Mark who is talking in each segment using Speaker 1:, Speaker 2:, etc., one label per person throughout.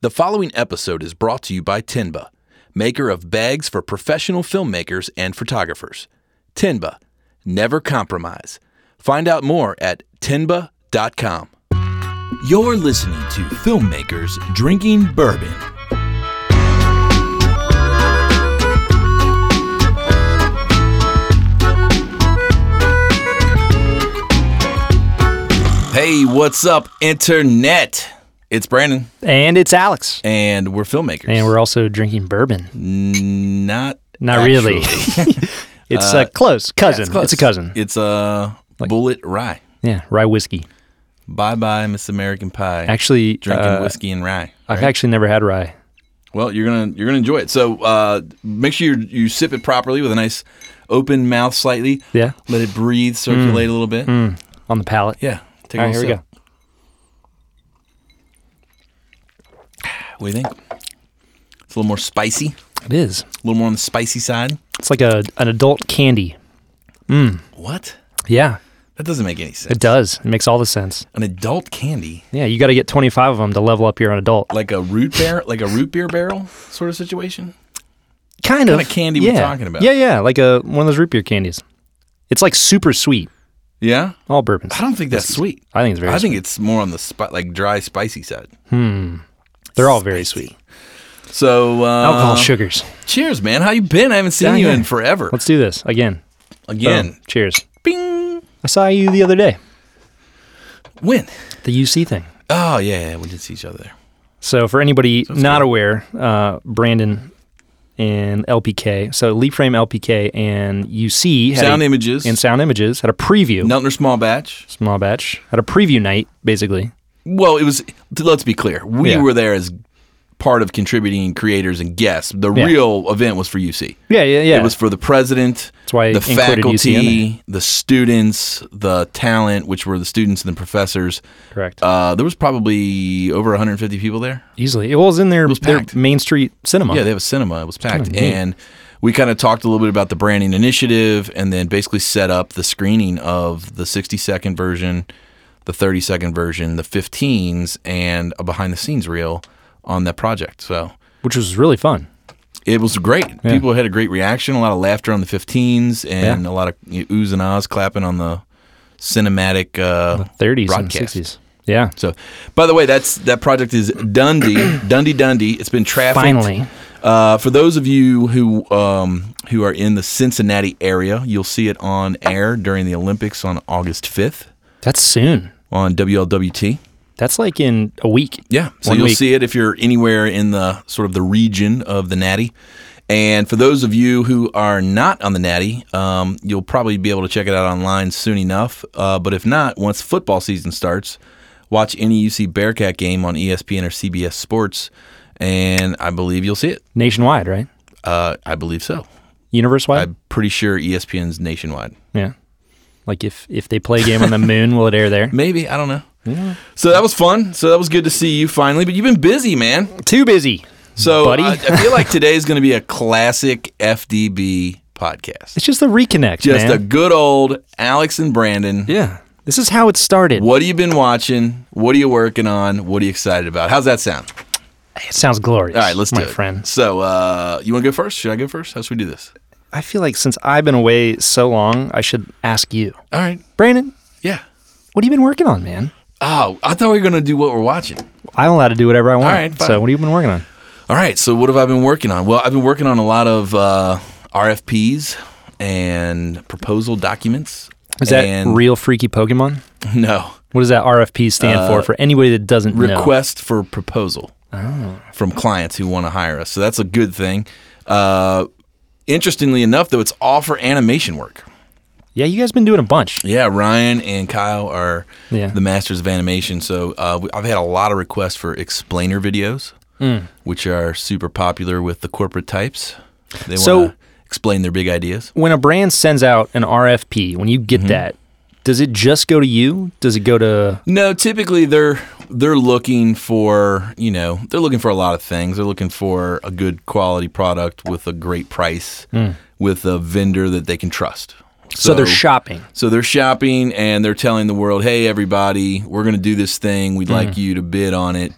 Speaker 1: The following episode is brought to you by Tinba, maker of bags for professional filmmakers and photographers. Tinba, never compromise. Find out more at tinba.com. You're listening to Filmmakers Drinking Bourbon. Hey, what's up, Internet? It's Brandon,
Speaker 2: And it's Alex.
Speaker 1: and we're filmmakers.
Speaker 2: And we're also drinking bourbon.
Speaker 1: Not
Speaker 2: Not really.
Speaker 1: actually.
Speaker 2: It's uh, close. Cousin. it's,
Speaker 1: close.
Speaker 2: a cousin.
Speaker 1: It's a bullet rye.
Speaker 2: yeah, rye whiskey.
Speaker 1: Bye bye, Miss American Pie.
Speaker 2: Actually,
Speaker 1: drinking
Speaker 2: uh,
Speaker 1: whiskey and rye.
Speaker 2: I've actually never had rye.
Speaker 1: Well, you're gonna you're gonna enjoy it. So uh, make sure you you sip it properly with a nice open mouth, slightly.
Speaker 2: Yeah.
Speaker 1: Let it breathe, circulate a little bit.
Speaker 2: On the palate.
Speaker 1: Yeah. Take
Speaker 2: All
Speaker 1: a
Speaker 2: right, here
Speaker 1: little
Speaker 2: we go.
Speaker 1: sip. What do you think? It's a little more spicy. A
Speaker 2: It is.
Speaker 1: little more on the spicy side.
Speaker 2: It's like a an adult candy.
Speaker 1: What?
Speaker 2: Yeah,
Speaker 1: That doesn't make any sense.
Speaker 2: it does. It makes all the sense.
Speaker 1: An adult candy,
Speaker 2: Yeah, you got to get 25 of them to level up your own adult.
Speaker 1: like a root beer, like a root beer barrel sort of situation.
Speaker 2: Kind of.
Speaker 1: kind of candy
Speaker 2: yeah.
Speaker 1: we're talking about?
Speaker 2: Yeah, yeah, like a one of those root beer candies. It's like super sweet.
Speaker 1: Yeah.
Speaker 2: All bourbons.
Speaker 1: I don't think that's sweet.
Speaker 2: I think it's very
Speaker 1: I think it's more on the spi- like dry, spicy side.
Speaker 2: sweet. They're all very sweet.
Speaker 1: So uh,
Speaker 2: Alcohol sugars.
Speaker 1: Cheers, man. How you been? I haven't seen
Speaker 2: Yeah,
Speaker 1: you
Speaker 2: yeah.
Speaker 1: in forever.
Speaker 2: Let's do this again.
Speaker 1: Again,
Speaker 2: Boom. Cheers.
Speaker 1: bing.
Speaker 2: I saw you the other day.
Speaker 1: When?
Speaker 2: The UC thing.
Speaker 1: Oh yeah, yeah, we did see each other there.
Speaker 2: So for anybody not aware, uh, Brandon and LPK, so Leapframe LPK and UC had
Speaker 1: Sound
Speaker 2: a-
Speaker 1: images.
Speaker 2: and Sound Images had a preview,
Speaker 1: Neltner small batch.
Speaker 2: small batch, had a preview night basically.
Speaker 1: Well, it was. Let's be clear. We
Speaker 2: Yeah.
Speaker 1: were there as part of contributing creators and guests. The
Speaker 2: Yeah.
Speaker 1: real event was for UC.
Speaker 2: Yeah, yeah, yeah.
Speaker 1: It was for the president,
Speaker 2: That's why I
Speaker 1: the
Speaker 2: included UC in
Speaker 1: faculty, the students, the talent, which were the students and the professors.
Speaker 2: correct.
Speaker 1: Uh, there was probably over 150 people there.
Speaker 2: Easily, it was in their, their
Speaker 1: packed.
Speaker 2: Main Street Cinema.
Speaker 1: Yeah, they have a cinema. It was packed, and we kind of talked a little bit about the branding initiative, and then basically set up the screening of the 60 second version, the 30 second version, the 15s, and a behind the scenes reel on that project. So
Speaker 2: which was really fun.
Speaker 1: it was great. People had a great reaction, a lot of laughter on the 15s, and a lot of oohs and ahs clapping on the cinematic uh,
Speaker 2: 30s
Speaker 1: Broadcast.
Speaker 2: and 60s. Yeah,
Speaker 1: So, by the way, that's that project is Dundee, Dundee, Dundee. It's been trafficked.
Speaker 2: Finally.
Speaker 1: uh, for those of you who um, who are in the Cincinnati area, you'll see it on air during the Olympics on August fifth
Speaker 2: that's soon.
Speaker 1: on WLWT.
Speaker 2: That's like in a week.
Speaker 1: Yeah, so
Speaker 2: One
Speaker 1: you'll
Speaker 2: week.
Speaker 1: see it if you're anywhere in the sort of the region of the Natty. And for those of you who are not on the Natty, um, you'll probably be able to check it out online soon enough. Uh, but if not, once football season starts, watch any UC Bearcat game on E ESPN or CBS Sports, and I believe you'll see it.
Speaker 2: nationwide, right?
Speaker 1: Uh, I believe so.
Speaker 2: Universe wide.
Speaker 1: I'm pretty sure E ESPN's nationwide.
Speaker 2: Yeah. Like if if they play a game on the moon, will it air there?
Speaker 1: Maybe I don't know. So that was fun. So that was good to see you finally. But you've been busy, man.
Speaker 2: Too busy.
Speaker 1: So
Speaker 2: buddy.
Speaker 1: I, I feel like today is going to be a classic FDB podcast.
Speaker 2: It's just a reconnect,
Speaker 1: Just a
Speaker 2: man.
Speaker 1: good old Alex and Brandon.
Speaker 2: yeah. This is how it started.
Speaker 1: What have you been watching? What are you working on? What are you excited about? How's that sound?
Speaker 2: It sounds glorious.
Speaker 1: All right, let's do
Speaker 2: my
Speaker 1: it.
Speaker 2: friends.
Speaker 1: So, uh, you want to go first? Should I go first? How should we do this?
Speaker 2: I feel like since I've been away so long, I should ask you,
Speaker 1: All right.
Speaker 2: Brandon.
Speaker 1: Yeah.
Speaker 2: What have you been working on, man?
Speaker 1: Oh, I thought we were going to do what we're watching.
Speaker 2: I'm allowed to do whatever I want.
Speaker 1: right, fine.
Speaker 2: so what have you been working on?
Speaker 1: All right. So, what have I been working on? Well, I've been working on a lot of uh, RFPs and proposal documents.
Speaker 2: Is that
Speaker 1: and-
Speaker 2: real freaky Pokemon?
Speaker 1: No.
Speaker 2: What does that RFP stand for? For anybody that doesn't know,
Speaker 1: Uh, request for proposal
Speaker 2: Oh.
Speaker 1: from clients who want to hire us. So that's a good thing. Uh, interestingly enough, though, it's all for animation work.
Speaker 2: yeah, you guys been doing a bunch.
Speaker 1: Yeah, Ryan and Kyle are
Speaker 2: Yeah.
Speaker 1: the masters of animation. So uh, we, I've had a lot of requests for explainer videos,
Speaker 2: Mm.
Speaker 1: which are super popular with the corporate types. They
Speaker 2: So-
Speaker 1: want to explain their big ideas.
Speaker 2: When a brand sends out an RFP, when you get
Speaker 1: Mm-hmm.
Speaker 2: that, does it just go to you? Does it go to
Speaker 1: No, typically they're they're looking for you know they're looking for a lot of things. They're looking for a good quality product with a great price, with a vendor that they can trust.
Speaker 2: Hmm. so, they're shopping?
Speaker 1: So they're shopping and they're telling the
Speaker 2: Hmm.
Speaker 1: world, "Hey, everybody, we're going to do this thing. We'd like you to bid on it.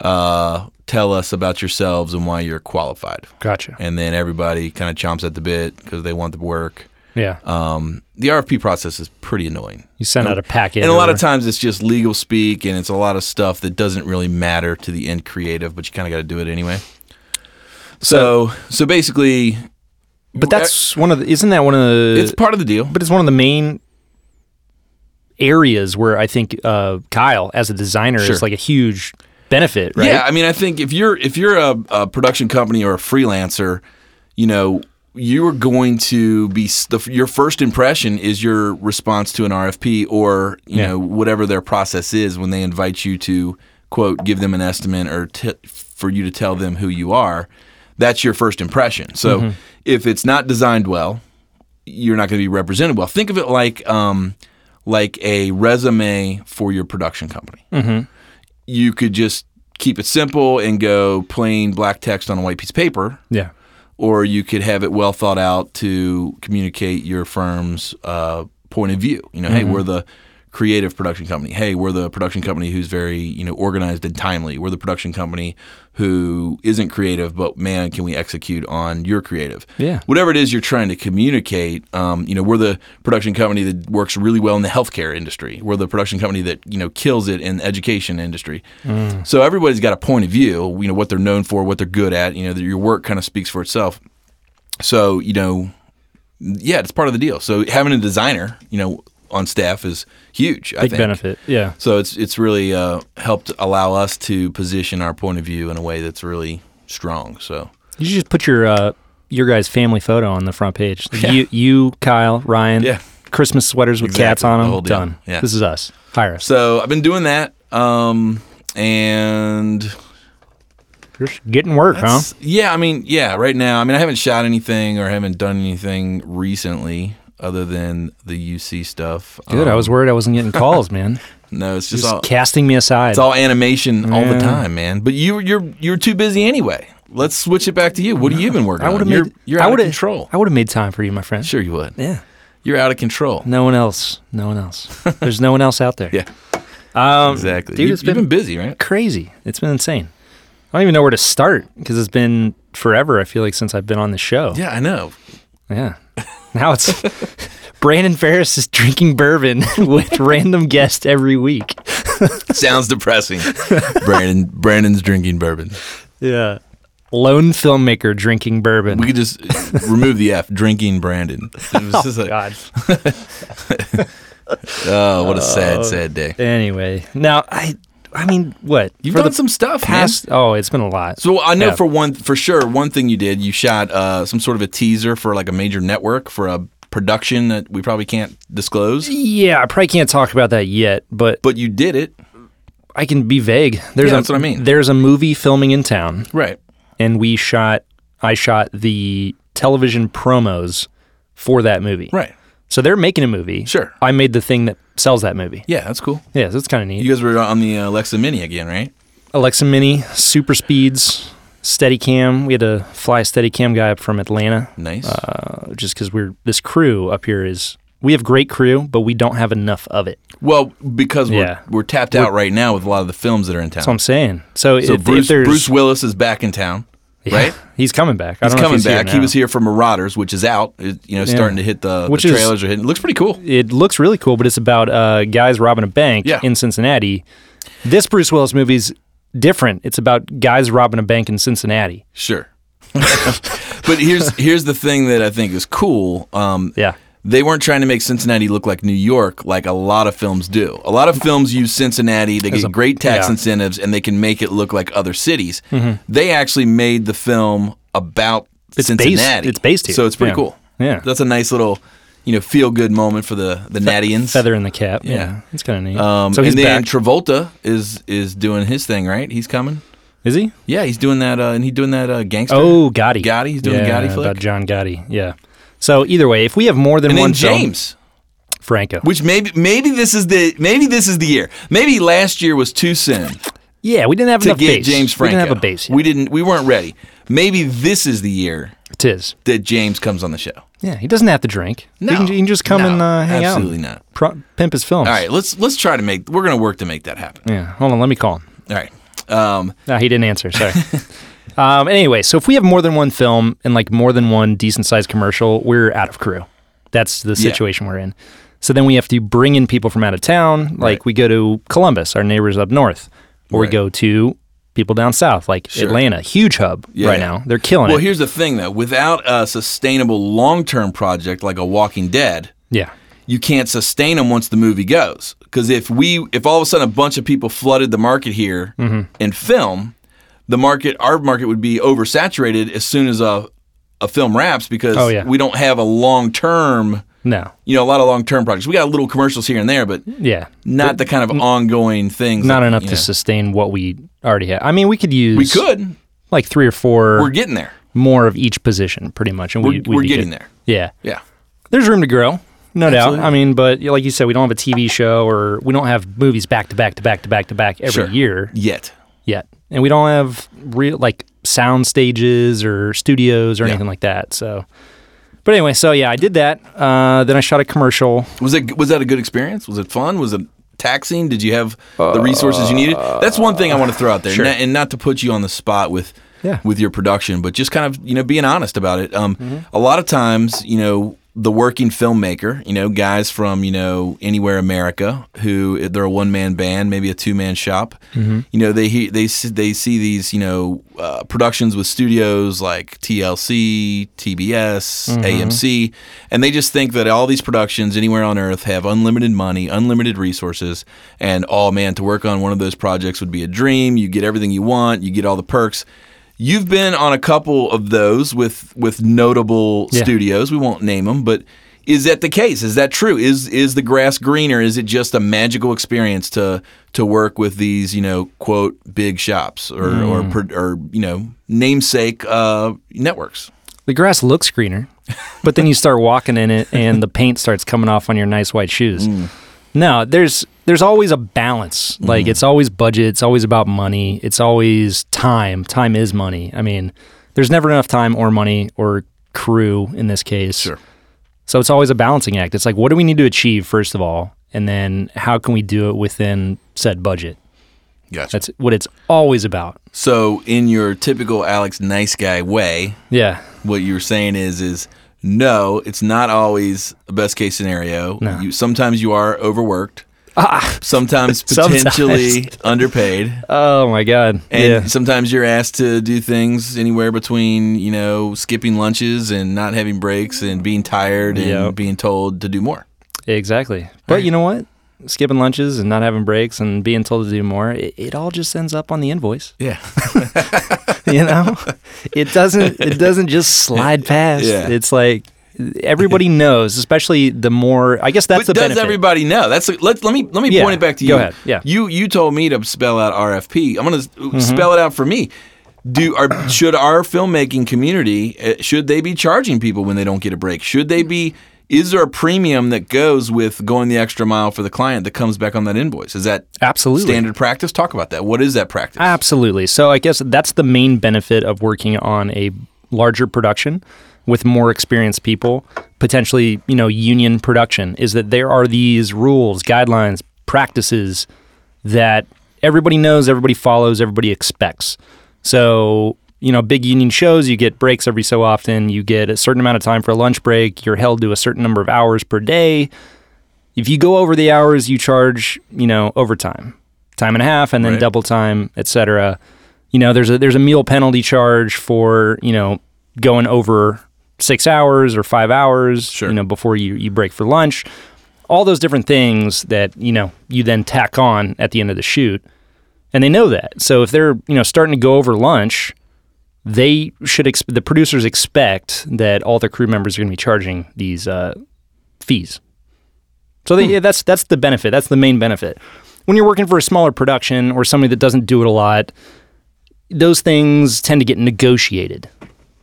Speaker 1: Uh, tell us about yourselves and why you're qualified.
Speaker 2: Gotcha.
Speaker 1: And then everybody kind of chomps at the bit because they want the work.
Speaker 2: Yeah.
Speaker 1: Um, the RFP process is pretty annoying.
Speaker 2: You send out a packet.
Speaker 1: And a lot of
Speaker 2: or-
Speaker 1: times it's just legal speak and it's a lot of stuff that doesn't really matter to the end creative, but you kind of got to do it anyway. So, so basically, uh,
Speaker 2: But that's one of the, isn't that one of the,
Speaker 1: it's part of the deal.
Speaker 2: but e- it's one of the main areas where I think uh, Kyle as a designer
Speaker 1: Sure.
Speaker 2: is like a huge benefit, right?
Speaker 1: Yeah, I mean, I think if you're if you're a, a production company or a freelancer, you know, you are going to be s- the, f- your first impression is your response to an RFP or you
Speaker 2: Yeah.
Speaker 1: know whatever their process is when they invite you to quote give them an estimate or t- for you to tell them who you are. That's your first impression. So
Speaker 2: Mm-hmm.
Speaker 1: if it's not designed well, you're not going to be represented well. Think of it like um, like a resume for your production company. You could just keep it simple and go plain black text on a white piece of paper,
Speaker 2: Yeah.
Speaker 1: or you could have it well thought out to communicate your firm's uh, point of view. You know, hey, we're the creative production company. Hey, we're the production company who's very you know organized and timely. We're the production company who isn't creative, but man, can we execute on your creative?
Speaker 2: Yeah.
Speaker 1: whatever it is you're trying to communicate, um, you know, we're the production company that works really well in the healthcare industry. We're the production company that you know kills it in the education industry.
Speaker 2: Mm.
Speaker 1: So everybody's got a point of view. You know what they're known for, what they're good at. You know, your work kind of speaks for itself. So you know, yeah, it's part of the deal. So having a designer, you know, on staff is huge. I
Speaker 2: Big
Speaker 1: think.
Speaker 2: benefit. Yeah.
Speaker 1: So it's it's really uh, helped allow us to position our point of view in a way that's really strong. So
Speaker 2: You should just put your uh, your guys' family photo on the front page. Like You, you, Kyle, Ryan.
Speaker 1: Yeah.
Speaker 2: Christmas sweaters with cats
Speaker 1: Exactly,
Speaker 2: on
Speaker 1: the
Speaker 2: them.
Speaker 1: whole deal.
Speaker 2: Done.
Speaker 1: Yeah.
Speaker 2: This is us. Hire us.
Speaker 1: So I've been doing that. Um, and
Speaker 2: You're just getting work, huh?
Speaker 1: s- yeah, I mean, yeah, right now, I mean, I haven't shot anything or haven't done anything recently other than the UC stuff.
Speaker 2: Good. I
Speaker 1: Um,
Speaker 2: was worried I wasn't getting calls, man.
Speaker 1: no, it's just
Speaker 2: Just
Speaker 1: all,
Speaker 2: casting me aside.
Speaker 1: it's all animation all the
Speaker 2: Yeah.
Speaker 1: time, man. But you, you're, you're too busy anyway. Let's switch it back to you. What have you been working
Speaker 2: I
Speaker 1: on?
Speaker 2: would have
Speaker 1: You're,
Speaker 2: made.
Speaker 1: you're
Speaker 2: I
Speaker 1: out of
Speaker 2: would've-
Speaker 1: control.
Speaker 2: I would have made time for you, my friend.
Speaker 1: Sure, you would.
Speaker 2: Yeah.
Speaker 1: You're out of control.
Speaker 2: No one else. No one else. There's no one else out there.
Speaker 1: Yeah.
Speaker 2: Um,
Speaker 1: Exactly.
Speaker 2: Dude,
Speaker 1: you,
Speaker 2: it's
Speaker 1: you've been
Speaker 2: been
Speaker 1: busy, right?
Speaker 2: crazy. It's been insane. I don't even know where to start because it's been forever. I feel like since I've been on the show.
Speaker 1: Yeah, I know.
Speaker 2: Yeah. Now it's Brandon Ferris is drinking bourbon with random guests every week.
Speaker 1: Sounds depressing. Brandon, Brandon's drinking bourbon.
Speaker 2: Yeah. Lone filmmaker drinking bourbon.
Speaker 1: We could just remove the F. Drinking Brandon. It was just like,
Speaker 2: God.
Speaker 1: oh, what a sad, sad day.
Speaker 2: Anyway, now I, I mean, what
Speaker 1: You've
Speaker 2: for
Speaker 1: done
Speaker 2: the
Speaker 1: some stuff, man.
Speaker 2: past? Oh, it's been a lot.
Speaker 1: So I know
Speaker 2: Yeah.
Speaker 1: for one, for sure, one thing you did, you shot uh, some sort of a teaser for like a major network for a production that we probably can't disclose,
Speaker 2: yeah, I probably can't talk about that yet, but
Speaker 1: but you did it.
Speaker 2: I can be vague. There's
Speaker 1: Yeah,
Speaker 2: a,
Speaker 1: that's what I mean.
Speaker 2: There's a movie filming in town,
Speaker 1: Right.
Speaker 2: and we shot. I shot the television promos for that movie.
Speaker 1: Right.
Speaker 2: So they're making a movie.
Speaker 1: Sure.
Speaker 2: I made the thing that sells that movie.
Speaker 1: Yeah, that's cool.
Speaker 2: Yeah, so it's kind of neat.
Speaker 1: You guys were on the uh, Alexa Mini again, right?
Speaker 2: Alexa Mini, super speeds, Steadicam. We had to fly a Steadicam guy up from Atlanta,
Speaker 1: Nice.
Speaker 2: uh, just because we're this crew up here is we have great crew, but we don't have enough of it.
Speaker 1: well, because we're,
Speaker 2: yeah.
Speaker 1: we're tapped out right now with a lot of the films that are in town.
Speaker 2: That's what I'm saying. So,
Speaker 1: so
Speaker 2: if, if
Speaker 1: Bruce,
Speaker 2: there's
Speaker 1: Bruce Willis is back in town,
Speaker 2: yeah,
Speaker 1: right?
Speaker 2: he's coming back. I
Speaker 1: He's
Speaker 2: don't know
Speaker 1: coming
Speaker 2: if here
Speaker 1: back. He
Speaker 2: now.
Speaker 1: was here for Marauders, which is out. It, you know, starting to hit the,
Speaker 2: Which
Speaker 1: the
Speaker 2: is-
Speaker 1: trailers are hitting. looks pretty cool.
Speaker 2: It looks really cool, but it's about uh, guys robbing a bank
Speaker 1: Yeah.
Speaker 2: in Cincinnati. This Bruce Willis movie's different. It's about guys robbing a bank in Cincinnati.
Speaker 1: Sure. but here's here's the thing that I think is cool. Um,
Speaker 2: Yeah.
Speaker 1: They weren't trying to make Cincinnati look like New York, like a lot of films do. A lot of films use Cincinnati. They get great tax
Speaker 2: yeah.
Speaker 1: incentives, and they can make it look like other cities. They actually made the film about
Speaker 2: based-
Speaker 1: Cincinnati.
Speaker 2: it's based here.
Speaker 1: so it's pretty
Speaker 2: Yeah.
Speaker 1: cool.
Speaker 2: Yeah.
Speaker 1: that's a nice little, you know, feel good moment for the the Nattians.
Speaker 2: Feather in the cap. Yeah.
Speaker 1: Yeah.
Speaker 2: It's kind of neat.
Speaker 1: Um,
Speaker 2: so he's
Speaker 1: and then
Speaker 2: back.
Speaker 1: Travolta is is doing his thing, right? He's coming.
Speaker 2: Is he?
Speaker 1: Yeah, he's doing that, uh, and he's doing that uh, gangster.
Speaker 2: Oh, Gotti.
Speaker 1: Gotti? He's doing a
Speaker 2: yeah,
Speaker 1: Gotti flick?
Speaker 2: About John Gotti. Yeah. So either way, if we have more than
Speaker 1: and
Speaker 2: one
Speaker 1: then
Speaker 2: film-
Speaker 1: James.
Speaker 2: Franco.
Speaker 1: Which maybe maybe this is the maybe this is the year. Maybe last year was too soon
Speaker 2: yeah, we didn't have
Speaker 1: to
Speaker 2: enough
Speaker 1: get
Speaker 2: base.
Speaker 1: James Franco.
Speaker 2: We didn't have a base.
Speaker 1: We didn't. We weren't ready. Maybe this is the year
Speaker 2: it is.
Speaker 1: that James comes on the show.
Speaker 2: Yeah, he doesn't have to drink.
Speaker 1: No,
Speaker 2: he can, he can just come
Speaker 1: no,
Speaker 2: and uh, hang
Speaker 1: absolutely
Speaker 2: out.
Speaker 1: not.
Speaker 2: Absolutely not. Pro- pimp his films.
Speaker 1: All right, let's let's try to make. We're gonna work to make that happen.
Speaker 2: Yeah. Hold on. Let me call him.
Speaker 1: All right. Um,
Speaker 2: No, he didn't answer. Sorry. um, anyway, so if we have more than one film and like more than one decent sized commercial, we're out of crew. That's the
Speaker 1: Yeah.
Speaker 2: situation we're in. So then we have to bring in people from out of town. Like
Speaker 1: Right.
Speaker 2: we go to Columbus, our neighbors up north, or we
Speaker 1: Right.
Speaker 2: go to people down south, like Atlanta, huge hub
Speaker 1: Yeah.
Speaker 2: right now. They're killing
Speaker 1: well,
Speaker 2: it.
Speaker 1: here's the thing though: without a sustainable long-term project like a Walking Dead,
Speaker 2: yeah.
Speaker 1: you can't sustain them once the movie goes. Because if we, if all of a sudden a bunch of people flooded the market here
Speaker 2: Mm-hmm.
Speaker 1: in film, the market, our market would be oversaturated as soon as a a film wraps because
Speaker 2: Oh, yeah.
Speaker 1: we don't have a long term.
Speaker 2: No.
Speaker 1: You know, a lot of long term projects. We got little commercials here and there, but
Speaker 2: Yeah.
Speaker 1: not the kind of ongoing things.
Speaker 2: Mm-hmm. Not
Speaker 1: that,
Speaker 2: enough
Speaker 1: you
Speaker 2: to
Speaker 1: know.
Speaker 2: sustain what we already have. I mean, we could use
Speaker 1: We could.
Speaker 2: like three or 4
Speaker 1: We're getting there.
Speaker 2: more of each position, pretty much, and
Speaker 1: We're,
Speaker 2: we,
Speaker 1: we're
Speaker 2: be
Speaker 1: getting
Speaker 2: good.
Speaker 1: there.
Speaker 2: Yeah.
Speaker 1: Yeah.
Speaker 2: There's room to grow, no doubt.
Speaker 1: Absolutely.
Speaker 2: I mean, but you- like you said, we don't have a TV show or we don't have movies back to back to back to back to back every
Speaker 1: Sure.
Speaker 2: year
Speaker 1: Yet.
Speaker 2: yet, and we don't have real like sound stages or studios or anything like that. So, but anyway, so yeah, I did that. Uh, then I shot a commercial.
Speaker 1: Was it was that a good experience? Was it fun? Was it taxing? Did you have the resources you needed? That's one thing I want to throw out there,
Speaker 2: Sure.
Speaker 1: and, and not to put you on the spot with
Speaker 2: Yeah.
Speaker 1: with your production, but just kind of you know being honest about it. Um, A lot of times, you know, the working filmmaker, you know, guys from you know anywhere America who they're a one man band, maybe a two man shop. You know, they hear they see- they see these you know uh, productions with studios like TLC, TBS, AMC, and they just think that all these productions anywhere on earth have unlimited money, unlimited resources, and oh man, to work on one of those projects would be a dream. You get everything you want, you get all the perks. You've been on a couple of those with with notable
Speaker 2: Yeah.
Speaker 1: studios. We won't name them, but is that the case? Is that true? Is is the grass greener? Is it just a magical experience to to work with these you know quote big shops or or, pro- or you know namesake uh, networks?
Speaker 2: The grass looks greener, but then you start walking in it and the paint starts coming off on your nice white shoes. No, there's there's always a balance. Like it's always budget, it's always about money, it's always time. Time is money. I mean, there's never enough time or money or crew in this case.
Speaker 1: Sure.
Speaker 2: So it's always a balancing act. It's like what do we need to achieve first of all, and then how can we do it within said budget?
Speaker 1: Gotcha.
Speaker 2: That's what it's always about.
Speaker 1: So in your typical Alex nice guy way,
Speaker 2: Yeah.
Speaker 1: what you were saying is is no, it's not always a best case scenario.
Speaker 2: No. Ah.
Speaker 1: You, sometimes you are overworked. sometimes potentially underpaid,
Speaker 2: Oh my god.
Speaker 1: and
Speaker 2: yeah.
Speaker 1: sometimes you're asked to do things anywhere between you know skipping lunches and not having breaks and being tired and
Speaker 2: Yep.
Speaker 1: being told to do more.
Speaker 2: Exactly. But you know what? Skipping lunches and not having breaks and being told to do more, it, it all just ends up on the invoice.
Speaker 1: Yeah,
Speaker 2: You know, it doesn't. It doesn't just slide past.
Speaker 1: Yeah.
Speaker 2: It's like everybody knows, especially the more. I guess that's
Speaker 1: but
Speaker 2: the
Speaker 1: does
Speaker 2: benefit.
Speaker 1: everybody know? That's let let me let me
Speaker 2: Yeah,
Speaker 1: point it back to you.
Speaker 2: go ahead. Yeah. Mm-hmm.
Speaker 1: you you told me to spell out RFP. I'm going to spell it out for me. Do our should our filmmaking community uh, should they be charging people when they don't get a break? Should they be? Is there a premium that goes with going the extra mile for the client that comes back on that invoice? Is that
Speaker 2: Absolutely.
Speaker 1: standard practice? Talk about that. What is that practice?
Speaker 2: Absolutely. So I guess that's the main benefit of working on a larger production with more experienced people, potentially, you know, union production, is that there are these rules, guidelines, practices that everybody knows, everybody follows, everybody expects. So, you know, big union shows, you get breaks every so often, you get a certain amount of time for a lunch break, you're held to a certain number of hours per day. If you go over the hours, you charge, you know, overtime, time and a half, and then
Speaker 1: Right.
Speaker 2: double time, et cetera. You know, there's a there's a meal penalty charge for you know going over six hours or five hours,
Speaker 1: Sure.
Speaker 2: you know, before you you break for lunch. All those different things that you know you then tack on at the end of the shoot, and they know that. So if they're you know starting to go over lunch, they should ex- the producers expect that all their crew members are going to be charging these uh, fees. So they, yeah, that's that's the benefit. That's the main benefit. When you're working for a smaller production or somebody that doesn't do it a lot, those things tend to get negotiated.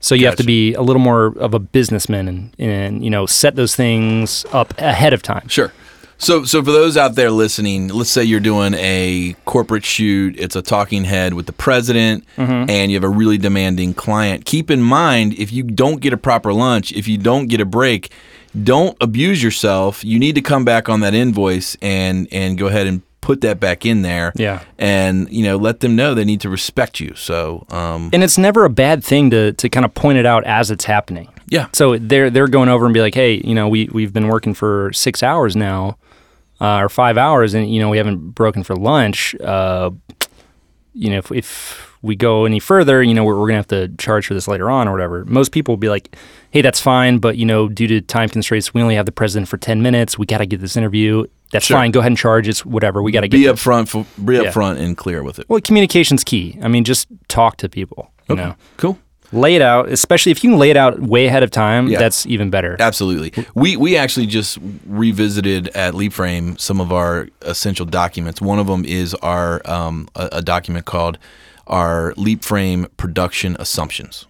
Speaker 2: So you have to
Speaker 1: Gotcha.
Speaker 2: be a little more of a businessman and, and you know set those things up ahead of time.
Speaker 1: Sure. So, so for those out there listening, let's say you're doing a corporate shoot, it's a talking head with the president,
Speaker 2: Mm-hmm.
Speaker 1: and you have a really demanding client. Keep in mind, if you don't get a proper lunch, if you don't get a break, don't abuse yourself. You need to come back on that invoice and and go ahead and put that back in there.
Speaker 2: Yeah.
Speaker 1: And, you know, let them know they need to respect you. So, um,
Speaker 2: And it's never a bad thing to to kind of point it out as it's happening.
Speaker 1: yeah.
Speaker 2: So they're they're going over and be like, hey, you know, we we've been working for six hours now, uh, or five hours, and you know we haven't broken for lunch. Uh, you know, if if we go any further, you know, we're, we're gonna have to charge for this later on or whatever. Most people will be like, hey, that's fine, but you know, due to time constraints, we only have the president for ten minutes. We got to get this interview. That's
Speaker 1: Sure.
Speaker 2: fine. Go ahead and charge. It's whatever. We got to get.
Speaker 1: Be
Speaker 2: this."
Speaker 1: upfront, for, be
Speaker 2: Yeah.
Speaker 1: upfront and clear with it.
Speaker 2: Well, communication's key. I mean, just talk to people. You know,
Speaker 1: Cool.
Speaker 2: lay it out. Especially if you can lay it out way ahead of time,
Speaker 1: Yeah.
Speaker 2: that's even better.
Speaker 1: Absolutely. We we actually just revisited at LeapFrame some of our essential documents. One of them is our um, a, a document called our LeapFrame production assumptions,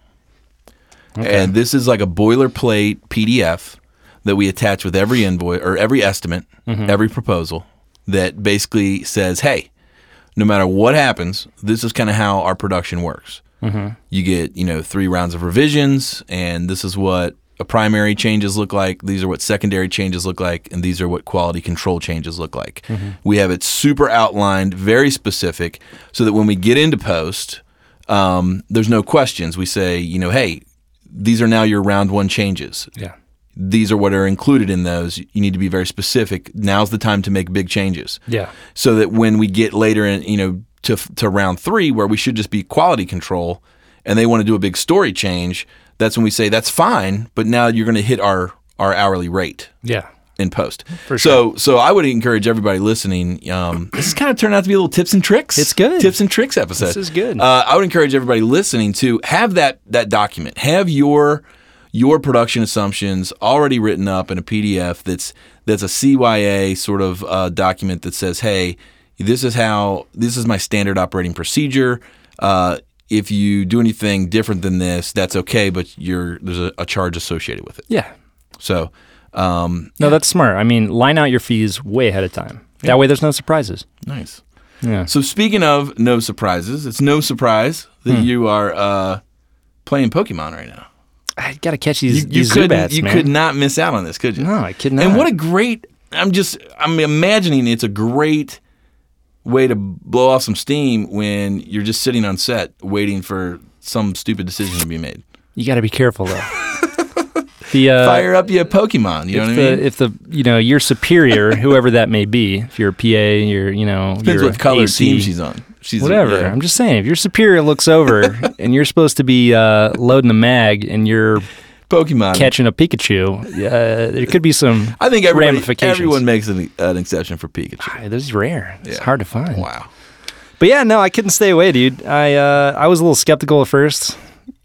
Speaker 1: and this is like a boilerplate PDF that we attach with every invoice or every estimate, every proposal that basically says, "Hey, no matter what happens, this is kind of how our production works. You get, you know, three rounds of revisions, and this is what a primary changes look like. These are what secondary changes look like, and these are what quality control changes look like. We have it super outlined, very specific, so that when we get into post, um, there's no questions. We say, you know, hey, these are now your round one changes
Speaker 2: Yeah.
Speaker 1: these are what are included in those. You need to be very specific. Now's the time to make big changes.
Speaker 2: Yeah.
Speaker 1: So that when we get later in, you know, to to round three, where we should just be quality control, and they want to do a big story change, that's when we say that's fine. But now you're going to hit our our hourly rate
Speaker 2: Yeah.
Speaker 1: in post. So so I would encourage everybody listening. Um, this has kind of turned out to be a little tips and tricks.
Speaker 2: It's good.
Speaker 1: tips and tricks episode.
Speaker 2: This is good.
Speaker 1: Uh, I would encourage everybody listening to have that that document. Have your your production assumptions already written up in a PDF that's that's a CYA sort of uh, document that says, hey, this is how this is my standard operating procedure. Uh, if you do anything different than this, that's okay, but you're, there's a, a charge associated with it.
Speaker 2: Yeah.
Speaker 1: So, um,
Speaker 2: No, that's smart. I mean, line out your fees way ahead of time. That way there's no surprises.
Speaker 1: Nice.
Speaker 2: Yeah.
Speaker 1: So speaking of no surprises, it's no surprise that you are uh, playing Pokemon right now.
Speaker 2: I got to catch these,
Speaker 1: You
Speaker 2: these
Speaker 1: could
Speaker 2: Zubats,
Speaker 1: you
Speaker 2: man.
Speaker 1: could not miss out on this, could you?
Speaker 2: No, I could
Speaker 1: And
Speaker 2: not.
Speaker 1: what a great I'm just I'm imagining it's a great way to blow off some steam when you're just sitting on set waiting for some stupid decision to be made.
Speaker 2: you got to be careful though. the uh,
Speaker 1: Fire up your Pokemon, you know
Speaker 2: if
Speaker 1: what I
Speaker 2: the
Speaker 1: mean?
Speaker 2: if the you know your superior, whoever that may be, if you're a PA, your you know
Speaker 1: Depends
Speaker 2: your
Speaker 1: what color
Speaker 2: AC,
Speaker 1: team she's on. She's
Speaker 2: whatever.
Speaker 1: yeah.
Speaker 2: I'm just saying, if your superior looks over and you're supposed to be uh, loading the mag and you're
Speaker 1: Pokemon.
Speaker 2: catching a Pikachu, uh, there could be some.
Speaker 1: I think everybody,
Speaker 2: ramifications.
Speaker 1: everyone makes an, an exception for Pikachu.
Speaker 2: This is rare. It's hard to find.
Speaker 1: Wow.
Speaker 2: But yeah, no, I couldn't stay away, dude. I uh, I was a little skeptical at first.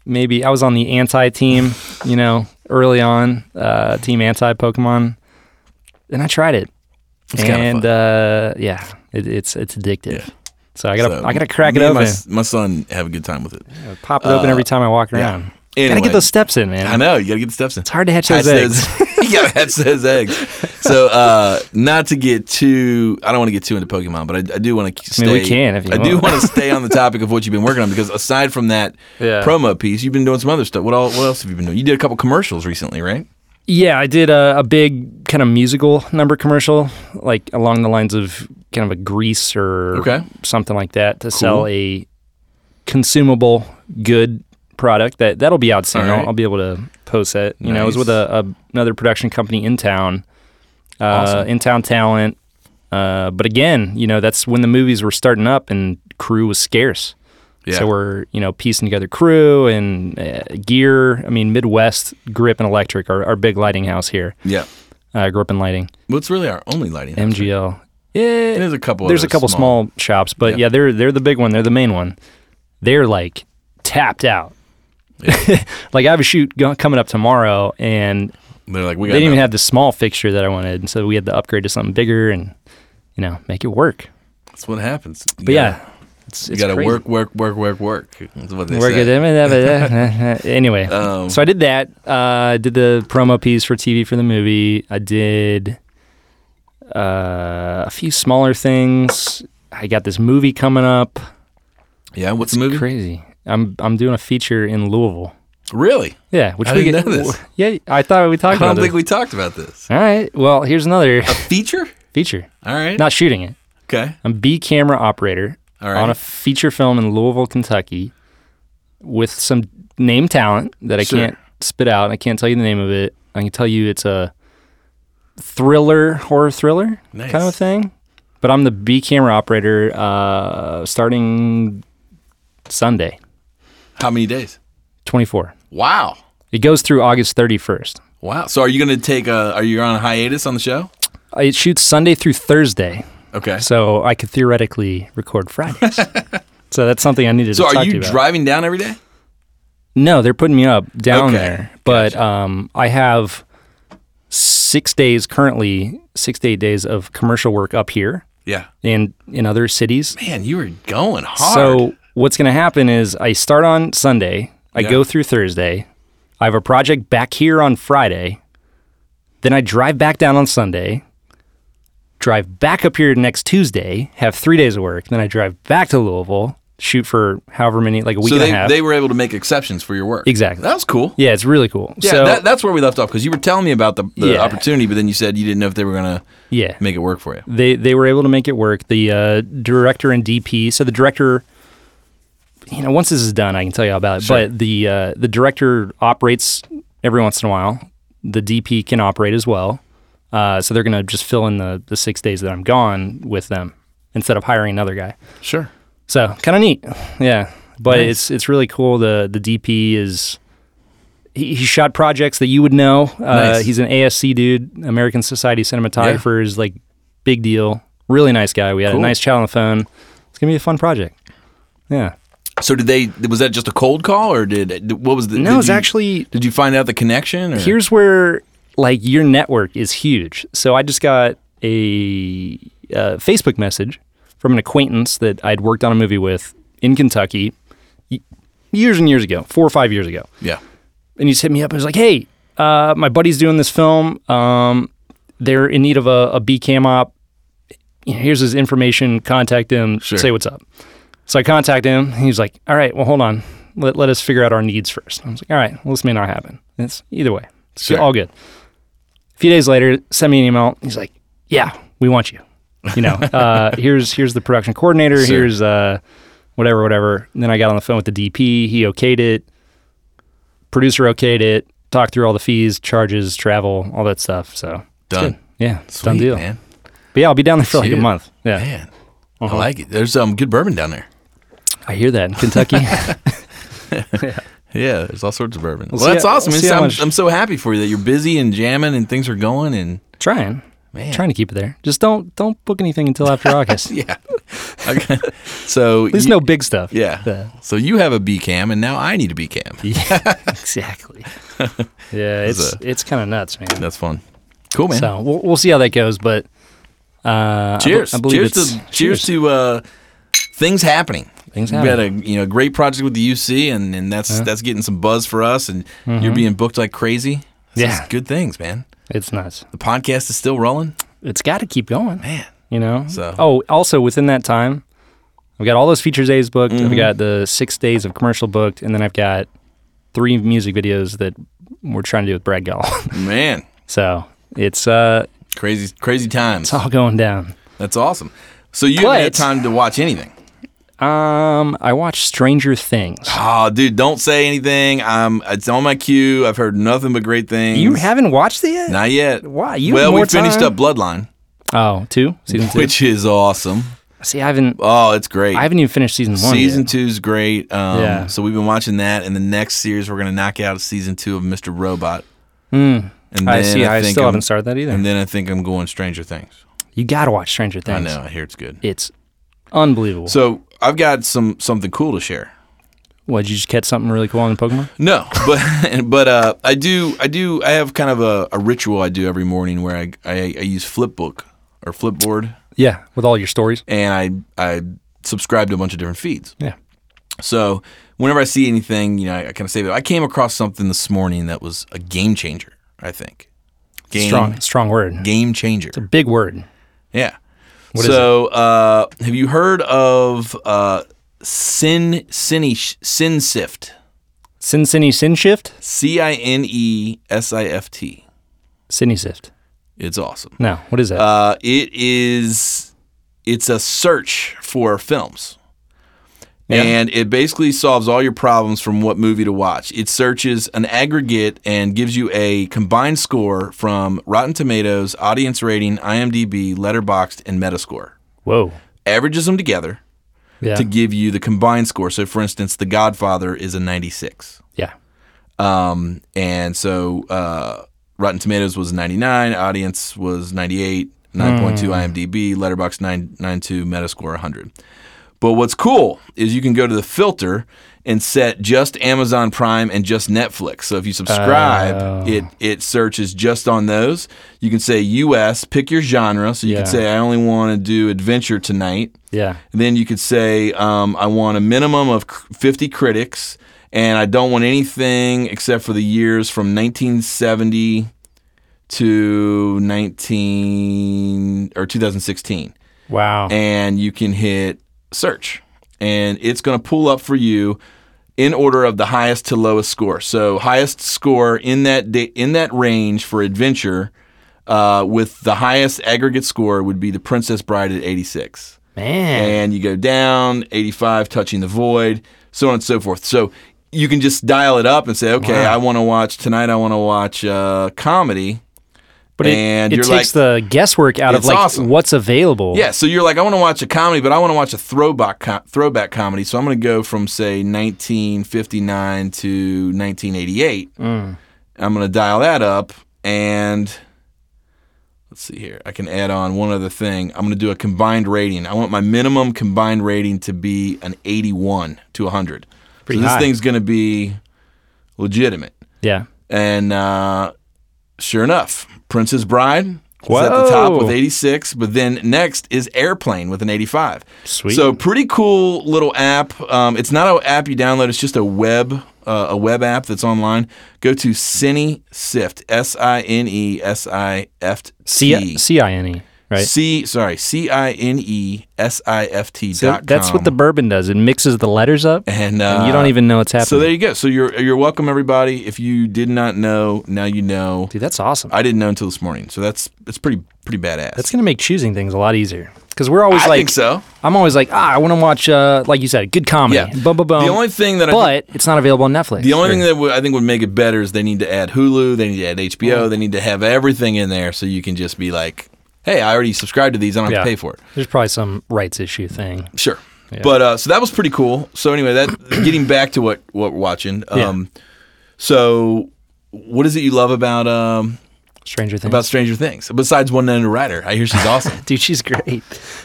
Speaker 2: Maybe I was on the anti team, you know, early on, uh, team anti Pokemon. Then I tried it,
Speaker 1: kinda
Speaker 2: and uh, yeah, it, it's it's addictive. So I gotta
Speaker 1: So,
Speaker 2: I gotta crack it
Speaker 1: me and
Speaker 2: open,
Speaker 1: My, s- my son have a good time with it.
Speaker 2: pop it open every time I walk around. Gotta
Speaker 1: Anyway.
Speaker 2: get those steps in, man.
Speaker 1: I know you gotta get the steps in. It's
Speaker 2: hard to hatch those
Speaker 1: you gotta hatch those eggs. So uh, not to get too, I don't want to get too into Pokemon, but I, I do want to stay.
Speaker 2: mean, we can if you
Speaker 1: I do
Speaker 2: want.
Speaker 1: want to stay on the topic of what you've been working on because aside from that
Speaker 2: Yeah.
Speaker 1: promo piece, you've been doing some other stuff. What all? What else have you been doing? You did a couple commercials recently, right?
Speaker 2: Yeah, I did a, a big kind of musical number commercial, like along the lines of kind of a grease or
Speaker 1: Okay.
Speaker 2: something like that to sell a consumable good product that that'll be out soon.
Speaker 1: All right.
Speaker 2: I'll, I'll be able to post it. You know, I was
Speaker 1: Nice.
Speaker 2: with a, a, another production company in town, uh,
Speaker 1: Awesome.
Speaker 2: in town talent. Uh, but again, you know, that's when the movies were starting up and crew was scarce.
Speaker 1: Yeah.
Speaker 2: So we're you know piecing together crew and uh, gear. I mean Midwest Grip and Electric, our, our big lighting house here.
Speaker 1: Yeah.
Speaker 2: Uh, Grip and Lighting,
Speaker 1: Well, it's really our only lighting. house, right?
Speaker 2: MGL. Yeah,
Speaker 1: There's a couple.
Speaker 2: there's
Speaker 1: other
Speaker 2: a couple small, shops, but yeah. they're they're the big one. They're the main one. They're like tapped out. like I have a shoot go- coming up tomorrow, and
Speaker 1: They're like we
Speaker 2: they
Speaker 1: got.
Speaker 2: didn't even
Speaker 1: nothing.
Speaker 2: have the small fixture that I wanted, and so we had to upgrade to something bigger and you know make it work.
Speaker 1: That's what happens. You
Speaker 2: But
Speaker 1: gotta-
Speaker 2: yeah, it's,
Speaker 1: you
Speaker 2: it's
Speaker 1: gotta
Speaker 2: crazy.
Speaker 1: work, work, work, work, work. That's what they
Speaker 2: We're eh?
Speaker 1: say.
Speaker 2: good. anyway,
Speaker 1: Um,
Speaker 2: so I did that. Uh, I did the promo piece for TV for the movie. I did uh, a few smaller things. I got this movie coming up.
Speaker 1: Yeah. What's the movie?
Speaker 2: Crazy. I'm I'm doing a feature in Louisville.
Speaker 1: Really?
Speaker 2: Yeah, which
Speaker 1: I
Speaker 2: we
Speaker 1: didn't
Speaker 2: get.
Speaker 1: know this.
Speaker 2: Yeah, I thought we
Speaker 1: I
Speaker 2: talked
Speaker 1: don't
Speaker 2: about
Speaker 1: think
Speaker 2: it.
Speaker 1: we talked about this.
Speaker 2: All right. Well, here's another
Speaker 1: Feature?
Speaker 2: feature.
Speaker 1: All right.
Speaker 2: Not shooting it.
Speaker 1: Okay.
Speaker 2: I'm B camera operator
Speaker 1: All right.
Speaker 2: on a feature film in Louisville, Kentucky, with some name talent that I
Speaker 1: Sure.
Speaker 2: can't spit out. I can't tell you the name of it. I can tell you it's a thriller, horror thriller
Speaker 1: Nice.
Speaker 2: kind of a thing. But I'm the B camera operator uh, starting Sunday,
Speaker 1: How many days?
Speaker 2: 24.
Speaker 1: Wow.
Speaker 2: It goes through August 31st.
Speaker 1: Wow. So are you going to take a? Are you on hiatus on the show?
Speaker 2: Uh, It shoots Sunday through Thursday,
Speaker 1: Okay. So,
Speaker 2: so I could theoretically record Fridays. so that's something I needed to talk
Speaker 1: are
Speaker 2: to
Speaker 1: you
Speaker 2: you about.
Speaker 1: driving down every day?
Speaker 2: No, they're putting me up down
Speaker 1: Okay,
Speaker 2: there. But um, I have six days currently, six to eight days of commercial work up here
Speaker 1: Yeah.
Speaker 2: and in other cities.
Speaker 1: Man, you were going hard.
Speaker 2: So what's going to happen is I start on Sunday, I
Speaker 1: Yeah.
Speaker 2: go through Thursday, I have a project back here on Friday, then I drive back down on Sunday. Drive back up here next Tuesday, have three days of work, then I drive back to Louisville, shoot for however many, like a week
Speaker 1: so
Speaker 2: and
Speaker 1: they,
Speaker 2: a half.
Speaker 1: they were able to make exceptions for your work.
Speaker 2: Exactly.
Speaker 1: That was cool.
Speaker 2: yeah, it's really cool.
Speaker 1: Yeah,
Speaker 2: so
Speaker 1: that, that's where we left off because you were telling me about the, the
Speaker 2: Yeah.
Speaker 1: opportunity, but then you said you didn't know if they were going to
Speaker 2: yeah,
Speaker 1: make it work for you.
Speaker 2: they they were able to make it work. The uh, director and DP. So the director, you know, once this is done, I can tell you all about it. But the uh, the director operates every once in a while. The DP can operate as well. Uh, so they're gonna just fill in the the six days that I'm gone with them instead of hiring another guy.
Speaker 1: Sure.
Speaker 2: So kind of neat, yeah. But it's it's really cool. The the DP is he, he shot projects that you would know. Uh,
Speaker 1: Nice.
Speaker 2: He's an ASC dude, American Society of Cinematographers, like big deal. Really nice guy. We had
Speaker 1: Cool.
Speaker 2: a nice chat on the phone. It's gonna be a fun project. Yeah.
Speaker 1: So did they? Was that just a cold call, or did did- what was the?
Speaker 2: No,
Speaker 1: did
Speaker 2: it's
Speaker 1: you-
Speaker 2: actually
Speaker 1: Did you find out the connection? Or?
Speaker 2: here's where like your network is huge. So I just got a uh, Facebook message from an acquaintance that I'd worked on a movie with in Kentucky y- years and years ago, four or five years ago.
Speaker 1: yeah.
Speaker 2: and he just hit me up and was like, "Hey, uh, my buddy's doing this film. Um, they're in need of a, a B cam op. Here's his information. Contact him.
Speaker 1: Sure.
Speaker 2: Say what's up." So I contact him. He was like, "All right, well, hold on. Let, let us figure out our needs first. I was like, "All right, well, this may not happen. It's either way. It's
Speaker 1: Sure.
Speaker 2: all good." A few days later, send me an email. He's like, "Yeah, we want you. You know, uh, here's here's the production coordinator.
Speaker 1: Sure.
Speaker 2: Here's uh, whatever, whatever." And then I got on the phone with the DP. He okayed it producer okayed it, talked through all the fees, charges, travel, all that stuff. So
Speaker 1: Done.
Speaker 2: yeah, it's
Speaker 1: Sweet,
Speaker 2: done deal.
Speaker 1: man.
Speaker 2: But yeah, I'll be down there for like
Speaker 1: Dude.
Speaker 2: a month. Yeah,
Speaker 1: Man,
Speaker 2: Uh-huh.
Speaker 1: I like it. There's um good bourbon down there.
Speaker 2: I hear that in Kentucky.
Speaker 1: Yeah, there's all sorts of bourbon. Well,
Speaker 2: see
Speaker 1: that's
Speaker 2: how-
Speaker 1: awesome.
Speaker 2: we'll
Speaker 1: man.
Speaker 2: see how
Speaker 1: I'm,
Speaker 2: much-
Speaker 1: I'm so happy for you that you're busy and jamming and things are going and
Speaker 2: trying,
Speaker 1: man.
Speaker 2: trying to keep it there. Just don't don't book anything until after August. At
Speaker 1: Yeah. Okay. so
Speaker 2: least
Speaker 1: you-
Speaker 2: no big stuff.
Speaker 1: Yeah.
Speaker 2: Yeah.
Speaker 1: So you have a B cam and now I need a B cam.
Speaker 2: Yeah, exactly. Yeah, it's
Speaker 1: a-
Speaker 2: it's kind of nuts, man.
Speaker 1: That's fun. Cool man.
Speaker 2: So we'll, we'll see how that goes, but uh, I be-
Speaker 1: cheers.
Speaker 2: I, believe
Speaker 1: cheers
Speaker 2: it's
Speaker 1: to cheers to uh, things happening.
Speaker 2: Things
Speaker 1: We had a you know great project with the UC and, and that's that's getting some buzz for us and you're being booked like crazy. This is
Speaker 2: Mm-hmm. Yeah.
Speaker 1: good things, man.
Speaker 2: It's nuts.
Speaker 1: The podcast is still rolling.
Speaker 2: It's got to keep going.
Speaker 1: Man.
Speaker 2: you know.
Speaker 1: So-
Speaker 2: Oh, also within that time, I've got all those features days booked.
Speaker 1: Mm-hmm.
Speaker 2: I've got the six days of commercial booked, and then I've got three music videos that we're trying to do with Brad Gall.
Speaker 1: Man.
Speaker 2: so it's uh,
Speaker 1: Crazy crazy times.
Speaker 2: it's all going down.
Speaker 1: That's awesome. So you haven't had
Speaker 2: But-
Speaker 1: time to watch anything.
Speaker 2: Um, I watched Stranger Things.
Speaker 1: Oh, dude, don't say anything. I'm it's on my queue. I've heard nothing but great things.
Speaker 2: You haven't watched it yet?
Speaker 1: Not yet.
Speaker 2: Why? You have
Speaker 1: well, we
Speaker 2: more
Speaker 1: finished
Speaker 2: time.
Speaker 1: up Bloodline,
Speaker 2: Oh, two season two.
Speaker 1: which is awesome.
Speaker 2: See, I haven't.
Speaker 1: Oh, it's great.
Speaker 2: I haven't even finished season one.
Speaker 1: season
Speaker 2: yet.
Speaker 1: two's great. Um,
Speaker 2: Yeah.
Speaker 1: So we've been watching that, and the next series we're gonna knock out season two of Mr. Robot. And
Speaker 2: Hmm. I see. I,
Speaker 1: think
Speaker 2: still
Speaker 1: I'm-
Speaker 2: haven't started that either.
Speaker 1: And then I think I'm going Stranger Things.
Speaker 2: you gotta watch Stranger Things.
Speaker 1: I know. I hear it's good.
Speaker 2: It's unbelievable.
Speaker 1: So I've got some something cool to share.
Speaker 2: what? Did you just catch something really cool on Pokemon?
Speaker 1: No, but but uh, I do I do I have kind of a, a ritual I do every morning where I, I I use Flipbook or Flipboard
Speaker 2: Yeah, with all your stories.
Speaker 1: and I I subscribe to a bunch of different feeds.
Speaker 2: Yeah.
Speaker 1: So whenever I see anything, you know, I, I kind of save it. I came across something this morning that was a game changer. I think game
Speaker 2: strong, strong word.
Speaker 1: game changer.
Speaker 2: Big word.
Speaker 1: Yeah.
Speaker 2: is
Speaker 1: so, uh, have you heard of uh, Sin Sinish Sin Sift?
Speaker 2: Sin City Sin Shift?
Speaker 1: C I N E S I F T.
Speaker 2: Sydney Sift.
Speaker 1: It's awesome.
Speaker 2: No, what is that?
Speaker 1: Uh, it Uh, is it's a search for films.
Speaker 2: Yeah.
Speaker 1: And it basically solves all your problems from what movie to watch. It searches an aggregate and gives you a combined score from Rotten Tomatoes, audience rating, IMDb, Letterboxd, and Metascore.
Speaker 2: Whoa.
Speaker 1: Averages them together
Speaker 2: Yeah.
Speaker 1: to give you the combined score. So, for instance, The Godfather is a 96.
Speaker 2: yeah.
Speaker 1: Um, and so uh, Rotten Tomatoes was 99, audience was 98,
Speaker 2: Hmm.
Speaker 1: 9.2 IMDb, Letterboxd 992, Metascore 100. But what's cool is you can go to the filter and set just Amazon Prime and just Netflix. So if you subscribe,
Speaker 2: Oh.
Speaker 1: it it searches just on those. You can say US, pick your genre. So you
Speaker 2: Yeah.
Speaker 1: can say I only want to do adventure tonight.
Speaker 2: Yeah.
Speaker 1: Then you could say, um, I want a minimum of c- 50 critics, and I don't want anything except for the years from 1970 to 19 or 2016.
Speaker 2: Wow.
Speaker 1: And you can hit search, and it's going to pull up for you in order of the highest to lowest score. So highest score in that da- in that range for adventure, uh, with the highest aggregate score would be The Princess Bride at 86
Speaker 2: Man.
Speaker 1: and you go down 85 touching the void so on and so forth so you can just dial it up and say okay i want to watch tonight i want to watch uh, comedy
Speaker 2: But it,
Speaker 1: and
Speaker 2: it
Speaker 1: you're
Speaker 2: takes
Speaker 1: like-
Speaker 2: the guesswork out of
Speaker 1: It's
Speaker 2: like
Speaker 1: awesome.
Speaker 2: what's available.
Speaker 1: yeah so you're like i want to watch a comedy but i want to watch a throwback co- throwback comedy so i'm going to go from say 1959 to 1988
Speaker 2: Mm.
Speaker 1: i'm going to dial that up and let's see here i can add on one other thing i'm going to do a combined rating i want my minimum combined rating to be an 81 to 100
Speaker 2: Pretty
Speaker 1: so this
Speaker 2: high.
Speaker 1: thing's going to be legitimate
Speaker 2: Yeah.
Speaker 1: and uh, sure enough, Princess Bride was at the top
Speaker 2: Whoa.
Speaker 1: with 86, but then next is Airplane with an 85.
Speaker 2: Sweet.
Speaker 1: So pretty cool little app. Um, it's not an app you download; it's just a web uh, a web app that's online. Go to Cine Sift S I N E S I F
Speaker 2: C
Speaker 1: T
Speaker 2: C I N E. Right.
Speaker 1: C sorry C I N E S I F T
Speaker 2: So
Speaker 1: dot
Speaker 2: that's what the
Speaker 1: com.
Speaker 2: bourbon does. It mixes the letters up,
Speaker 1: and,
Speaker 2: and,
Speaker 1: uh,
Speaker 2: you don't even know it's happening.
Speaker 1: So there you go. So you're you're welcome everybody. If you did not know, now you know.
Speaker 2: Dude, that's awesome.
Speaker 1: I didn't know until this morning. So that's that's pretty pretty badass.
Speaker 2: that's gonna make choosing things a lot easier because we're always
Speaker 1: I
Speaker 2: like,
Speaker 1: think so.
Speaker 2: I'm always like, ah, I want to watch, uh, like you said, good comedy.
Speaker 1: Yeah.
Speaker 2: Boom, boom, boom.
Speaker 1: The only thing that I think,
Speaker 2: but it's not available on Netflix.
Speaker 1: the only
Speaker 2: Or-
Speaker 1: thing that would I think would make it better is they need to add Hulu, they need to add HBO, they need to have everything in there so you can just be like, hey, I already subscribed to these, I don't have to
Speaker 2: Yeah.
Speaker 1: pay for it.
Speaker 2: there's probably some rights issue thing.
Speaker 1: Sure. But uh, so that was pretty cool. So anyway, that getting back to what what we're watching. Um, So what is it you love about um,
Speaker 2: Stranger Things.
Speaker 1: about Stranger Things besides One Night Rider? I hear she's awesome.
Speaker 2: Dude, she's great.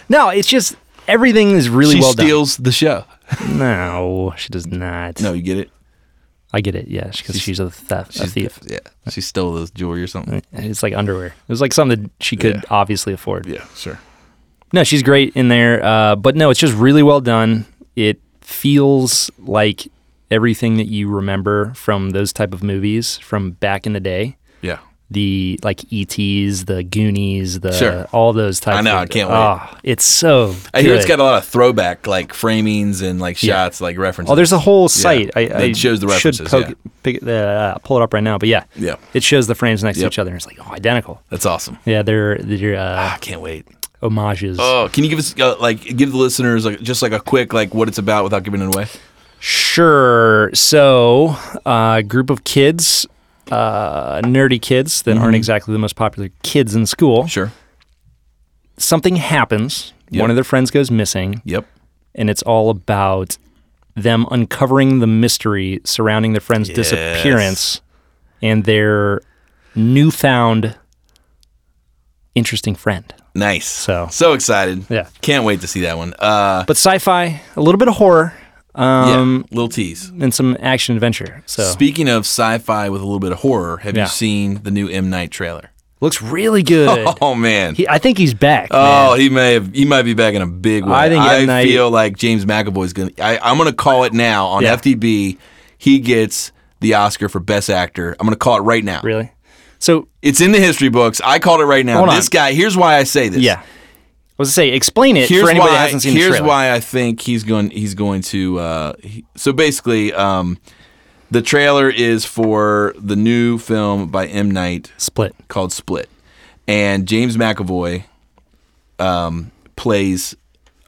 Speaker 2: No, it's just everything is really
Speaker 1: she
Speaker 2: well
Speaker 1: steals the show.
Speaker 2: done. No, she does not.
Speaker 1: No, you get it.
Speaker 2: I get it. Yeah, because she's, a theft, a thief.
Speaker 1: Yeah, she stole the jewelry or something.
Speaker 2: It's like underwear. It was like something that she could
Speaker 1: Yeah.
Speaker 2: obviously afford.
Speaker 1: Yeah, sure.
Speaker 2: No, she's great in there. Uh, but no, it's just really well done. It feels like everything that you remember from those type of movies from back in the day.
Speaker 1: Yeah.
Speaker 2: The like ETs, the Goonies, the
Speaker 1: Sure.
Speaker 2: all those types.
Speaker 1: I know,
Speaker 2: Of,
Speaker 1: I can't wait.
Speaker 2: Ah, it's so.
Speaker 1: I hear it's
Speaker 2: good.
Speaker 1: got a lot of throwback like framings and like
Speaker 2: Yeah.
Speaker 1: shots, like references.
Speaker 2: Oh, there's a whole site. I,
Speaker 1: that
Speaker 2: I
Speaker 1: shows the
Speaker 2: Should
Speaker 1: references,
Speaker 2: poke,
Speaker 1: yeah.
Speaker 2: pick, uh, pull it up right now. But yeah,
Speaker 1: Yeah.
Speaker 2: it shows the frames next
Speaker 1: Yep.
Speaker 2: to each other. and It's like oh, identical.
Speaker 1: That's awesome.
Speaker 2: Yeah, they're they're uh,
Speaker 1: I can't wait.
Speaker 2: homages.
Speaker 1: Oh, can you give us uh, like give the listeners like, just like a quick like what it's about without giving it away?
Speaker 2: Sure. So, uh, group of kids, uh, nerdy kids that
Speaker 1: Mm-hmm.
Speaker 2: aren't exactly the most popular kids in school.
Speaker 1: Sure.
Speaker 2: Something happens.
Speaker 1: Yep.
Speaker 2: One of their friends goes missing,
Speaker 1: Yep.
Speaker 2: and it's all about them uncovering the mystery surrounding their friend's disappearance and their newfound interesting friend.
Speaker 1: Nice.
Speaker 2: So-
Speaker 1: so excited.
Speaker 2: Yeah.
Speaker 1: Can't wait to see that one. Uh,
Speaker 2: But sci-fi, a little bit of horror, um,
Speaker 1: yeah. Little tease.
Speaker 2: and some action adventure. So
Speaker 1: Speaking of sci-fi with a little bit of horror, have
Speaker 2: Yeah.
Speaker 1: you seen the new M Night trailer?
Speaker 2: looks really good.
Speaker 1: Oh man.
Speaker 2: He, I think he's back. man.
Speaker 1: Oh, he may have. He might be back in a big way.
Speaker 2: I think M. Night-
Speaker 1: feel like James McAvoy's gonna. I, I'm gonna call it now on
Speaker 2: Yeah.
Speaker 1: FDB. He gets the Oscar for Best Actor. I'm gonna call it right now.
Speaker 2: Really? So
Speaker 1: It's in the history books. I called it right now.
Speaker 2: Hold on.
Speaker 1: this guy. Here's why I say this.
Speaker 2: yeah, I was to say explain it
Speaker 1: Here's
Speaker 2: for anybody
Speaker 1: why.
Speaker 2: that hasn't seen the
Speaker 1: here's
Speaker 2: trailer.
Speaker 1: why I think he's going. He's going to. Uh, he- so basically, um, the trailer is for the new film by M Night
Speaker 2: Split.
Speaker 1: called Split, and James McAvoy um, plays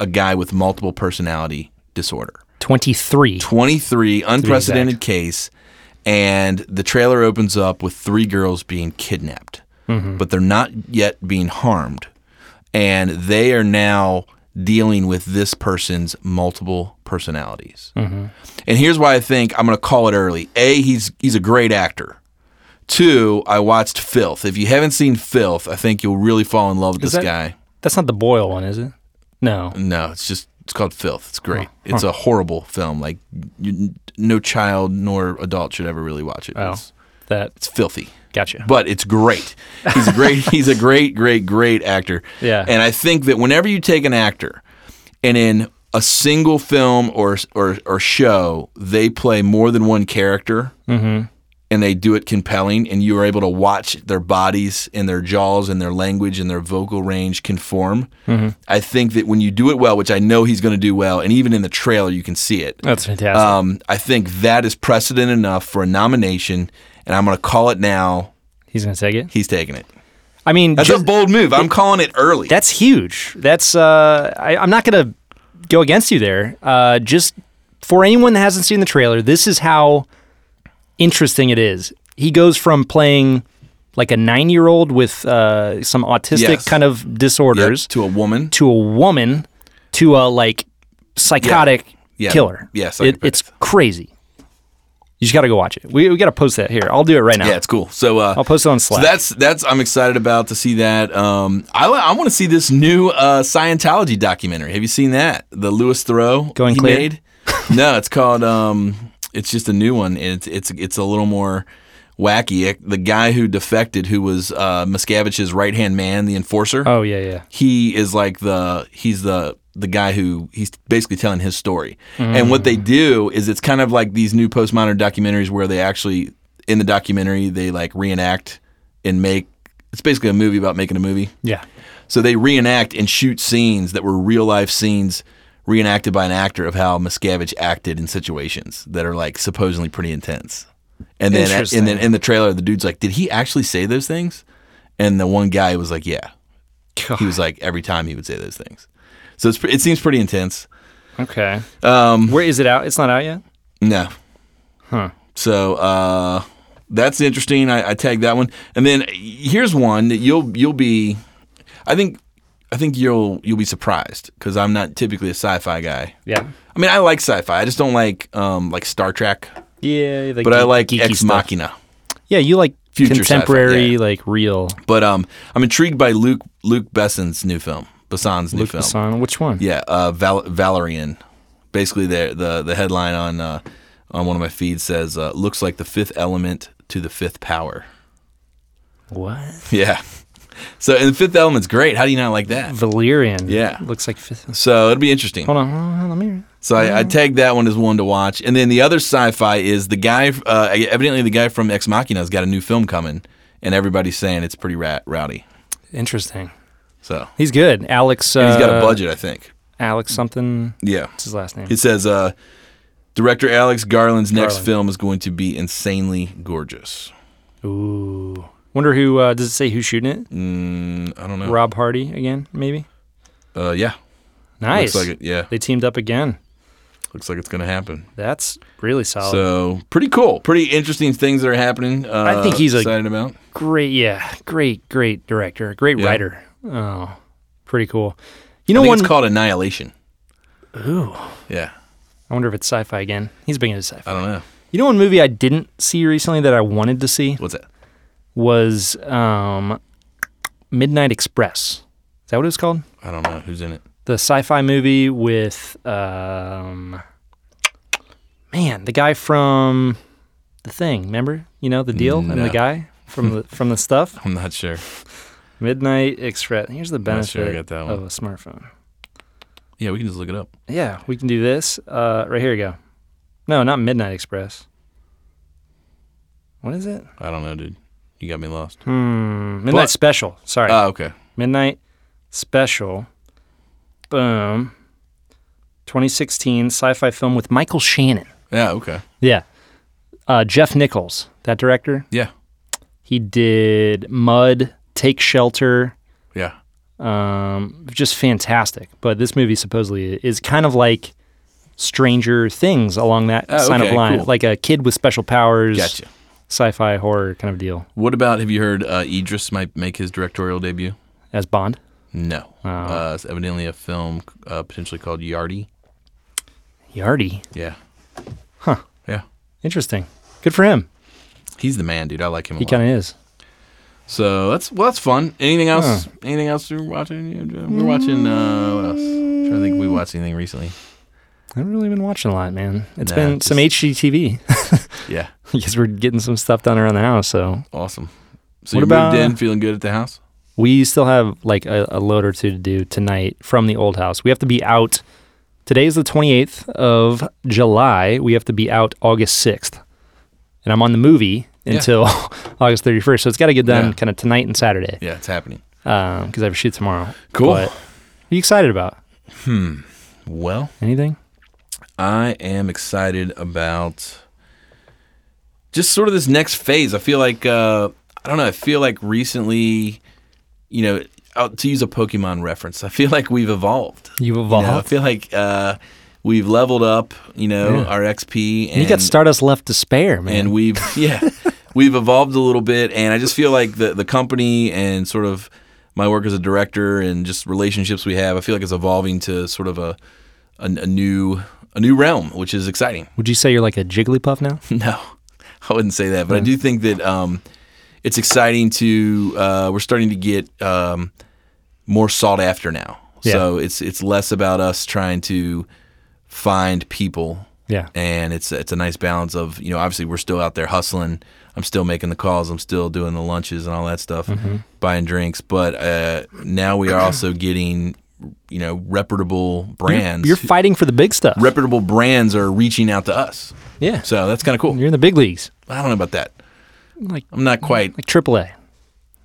Speaker 1: a guy with multiple personality disorder.
Speaker 2: 23.
Speaker 1: 23 unprecedented case and the trailer opens up with three girls being kidnapped but they're not yet being harmed and they are now dealing with this person's multiple personalities and here's why i think i'm going to call it early a he's he's a great actor two i watched filth if you haven't seen filth i think you'll really fall in love with this
Speaker 2: that-
Speaker 1: guy
Speaker 2: That's not the Boyle one, is it? No.
Speaker 1: no, it's just it's called Filth. It's great. It's a horrible film. Like you, no child nor adult should ever really watch it.
Speaker 2: Oh,
Speaker 1: It's,
Speaker 2: that.
Speaker 1: it's filthy,
Speaker 2: Gotcha.
Speaker 1: but it's great. He's a great. he's a great, great, great actor.
Speaker 2: Yeah.
Speaker 1: And I think that whenever you take an actor, and in a single film or or, or show, they play more than one character. And they do it compelling, and you are able to watch their bodies and their jaws and their language and their vocal range conform. I think that when you do it well, which I know he's going to do well, and even in the trailer you can see it.
Speaker 2: That's fantastic.
Speaker 1: Um, I think that is precedent enough for a nomination, and I'm going to call it now.
Speaker 2: He's going to take it.
Speaker 1: He's taking it.
Speaker 2: I mean,
Speaker 1: That's
Speaker 2: just-
Speaker 1: a bold move. I'm calling it early.
Speaker 2: That's huge. That's uh, I, I'm not gonna go against you there. Uh, just for anyone that hasn't seen the trailer, this is how interesting it is. He goes from playing like a nine-year-old with uh, some autistic
Speaker 1: Yes.
Speaker 2: kind of
Speaker 1: Yep,
Speaker 2: disorders
Speaker 1: to a woman.
Speaker 2: to a woman to a like psychotic
Speaker 1: Yeah.
Speaker 2: killer.
Speaker 1: Yeah,
Speaker 2: it,
Speaker 1: psychopath.
Speaker 2: it's crazy. You just got to go watch it. We, we got to post that here. I'll do it right now. Oh,
Speaker 1: yeah, it's cool. So uh,
Speaker 2: I'll post it on Slack.
Speaker 1: So that's that's I'm excited about to see that. Um, I li- I want to see this new uh, Scientology documentary. Have you seen that? The Lewis Thoreau
Speaker 2: Going
Speaker 1: he
Speaker 2: clear?
Speaker 1: made. no, it's called. Um, it's just a new one, and it's it's it's a little more wacky. It- The guy who defected, who was uh, Miscavige's right hand man, the enforcer.
Speaker 2: oh yeah, yeah.
Speaker 1: He is like the he's the the guy who he's basically telling his story. And what they do is it's kind of like these new postmodern documentaries where they actually in the documentary they like reenact and make it's basically a movie about making a movie.
Speaker 2: Yeah.
Speaker 1: So they reenact and shoot scenes that were real life scenes reenacted by an actor of how Miscavige acted in situations that are like supposedly pretty intense. And then and then in the trailer the dude's like, "Did he actually say those things?" And the one guy was like, "Yeah." He was like every time he would say those things. So it's, pre- it seems pretty intense.
Speaker 2: Okay. Um, Where is it out? It's not out yet.
Speaker 1: No.
Speaker 2: Huh.
Speaker 1: So uh, that's interesting. I, I tagged that one, and then here's one that you'll you'll be. I think I think you'll you'll be surprised because I'm not typically a sci-fi guy.
Speaker 2: Yeah.
Speaker 1: I mean, I like sci-fi. I just don't like um, like Star Trek,
Speaker 2: Yeah,
Speaker 1: but I like
Speaker 2: geeky
Speaker 1: Ex
Speaker 2: stuff.
Speaker 1: Machina.
Speaker 2: Yeah, you like
Speaker 1: Future sci-fi,
Speaker 2: contemporary,
Speaker 1: yeah.
Speaker 2: like real.
Speaker 1: But um, I'm intrigued by Luke Luke Besson's new film, Besson's new film.
Speaker 2: Son, which one?
Speaker 1: Yeah, uh, Val- Valerian. Basically, the, the the headline on uh, on one of my feeds says uh, "Looks like the fifth element to the fifth power."
Speaker 2: What?
Speaker 1: Yeah. So and the fifth element's great. How do you not like that?
Speaker 2: Valerian.
Speaker 1: Yeah.
Speaker 2: looks like fifth.
Speaker 1: So it'll be interesting.
Speaker 2: Hold on, hold on, hold on, let me.
Speaker 1: So I, I tagged that one as one to watch, and then the other sci-fi is the guy. Uh, evidently, the guy from Ex Machina's got a new film coming, and everybody's saying it's pretty rat- rowdy.
Speaker 2: Interesting.
Speaker 1: So
Speaker 2: He's good, Alex. Uh,
Speaker 1: he's got a budget, I think.
Speaker 2: Alex something.
Speaker 1: Yeah,
Speaker 2: What's his last name?
Speaker 1: it says uh, director Alex Garland's next
Speaker 2: Garland.
Speaker 1: film is going to be insanely gorgeous.
Speaker 2: Ooh. Wonder who uh, does it say who's shooting it?
Speaker 1: Mm, I don't know.
Speaker 2: Rob Hardy again, maybe.
Speaker 1: Uh, yeah,
Speaker 2: Nice.
Speaker 1: looks like it. Yeah,
Speaker 2: They teamed up again.
Speaker 1: looks like it's gonna happen.
Speaker 2: That's really solid.
Speaker 1: So pretty cool, pretty interesting things that are happening. Uh,
Speaker 2: I think he's a-
Speaker 1: excited about.
Speaker 2: great, yeah, great, great director, great
Speaker 1: Yeah.
Speaker 2: writer. Oh, pretty cool. You know,
Speaker 1: I think
Speaker 2: one.
Speaker 1: it's called Annihilation.
Speaker 2: Ooh.
Speaker 1: Yeah,
Speaker 2: I wonder if it's sci-fi again. He's big into sci-fi.
Speaker 1: I don't know.
Speaker 2: You know, one movie I didn't see recently that I wanted to see
Speaker 1: What's that?
Speaker 2: was um, Midnight Express. Is that what it was called?
Speaker 1: I don't know who's in it.
Speaker 2: The sci-fi movie with um, man, the guy from The Thing. Remember? You know the deal and
Speaker 1: No.
Speaker 2: the guy from the from the stuff.
Speaker 1: I'm not sure.
Speaker 2: Midnight Express. Here's the
Speaker 1: not
Speaker 2: benefit
Speaker 1: sure I got that one.
Speaker 2: of a smartphone.
Speaker 1: Yeah, we can just look it up.
Speaker 2: Yeah, we can do this. Uh, right here you go. No, not Midnight Express. What is it?
Speaker 1: I don't know, dude. You got me lost.
Speaker 2: Hmm. Midnight
Speaker 1: But-
Speaker 2: Special. Sorry.
Speaker 1: Oh, okay.
Speaker 2: Midnight Special. Boom. 2016 sci-fi film with Michael Shannon.
Speaker 1: Yeah, okay.
Speaker 2: Yeah. Uh, Jeff Nichols, that director.
Speaker 1: Yeah,
Speaker 2: He did Mud, Take Shelter,
Speaker 1: yeah.
Speaker 2: Um, just fantastic. But this movie supposedly is kind of like Stranger Things along that
Speaker 1: Oh,
Speaker 2: sign of
Speaker 1: okay,
Speaker 2: line,
Speaker 1: cool.
Speaker 2: like a kid with special powers,
Speaker 1: Gotcha.
Speaker 2: sci-fi horror kind of deal
Speaker 1: What about have you heard uh, Idris might make his directorial debut?
Speaker 2: as Bond.
Speaker 1: No.
Speaker 2: Oh.
Speaker 1: Uh, it's evidently a film uh, potentially called Yardi.
Speaker 2: Yardy,
Speaker 1: Yeah.
Speaker 2: Huh.
Speaker 1: Yeah.
Speaker 2: interesting. Good for him.
Speaker 1: He's the man, dude. I like him a
Speaker 2: He
Speaker 1: lot.
Speaker 2: kind of is.
Speaker 1: So that's well, that's fun. Anything else? Anything else you're watching? Yeah, Joe? We're watching. Uh, what else? I'm trying to think. If we watched anything recently?
Speaker 2: I haven't really been watching a lot, man. It's
Speaker 1: Nah,
Speaker 2: been
Speaker 1: just-
Speaker 2: some HGTV
Speaker 1: Yeah.
Speaker 2: because we're getting some stuff done around the house. So
Speaker 1: Awesome. So
Speaker 2: What
Speaker 1: you
Speaker 2: about-
Speaker 1: moved in, feeling good at the house?
Speaker 2: we still have like a, a load or two to do tonight from the old house. We have to be out. Today is the 28th of July. We have to be out August 6th. And I'm on the movie
Speaker 1: Yeah.
Speaker 2: until August 31st. So it's got to get done
Speaker 1: Yeah.
Speaker 2: kind of tonight and Saturday
Speaker 1: Yeah, it's happening.
Speaker 2: because I have a shoot tomorrow.
Speaker 1: Cool.
Speaker 2: But what are you excited about?
Speaker 1: Well,
Speaker 2: Anything?
Speaker 1: I am excited about just sort of this next phase. I feel like uh, I don't know. I feel like recently, you know, uh, to use a Pokemon reference, I feel like we've evolved.
Speaker 2: You've
Speaker 1: You
Speaker 2: evolved.
Speaker 1: know, I feel like uh, we've leveled up. You know,
Speaker 2: Yeah.
Speaker 1: our XP. And
Speaker 2: you got Stardust left to spare, man.
Speaker 1: and we've yeah we've evolved a little bit and i just feel like the, the company and sort of my work as a director and just relationships we have i feel like it's evolving to sort of a a, a new a new realm which is exciting
Speaker 2: Would you say you're like a Jigglypuff now?
Speaker 1: no i wouldn't say that but i do think that um, it's exciting to uh, we're starting to get um, more sought after now so it's it's less about us trying to find people
Speaker 2: yeah.
Speaker 1: and it's it's a nice balance of you know obviously we're still out there hustling i'm still making the calls i'm still doing the lunches and all that stuff buying drinks but uh, now we are also getting you know reputable brands
Speaker 2: You're fighting for the big stuff.
Speaker 1: reputable brands are reaching out to us
Speaker 2: yeah.
Speaker 1: so that's kind of cool
Speaker 2: You're in the big leagues,
Speaker 1: i don't know about that
Speaker 2: like
Speaker 1: i'm not quite
Speaker 2: like AAA.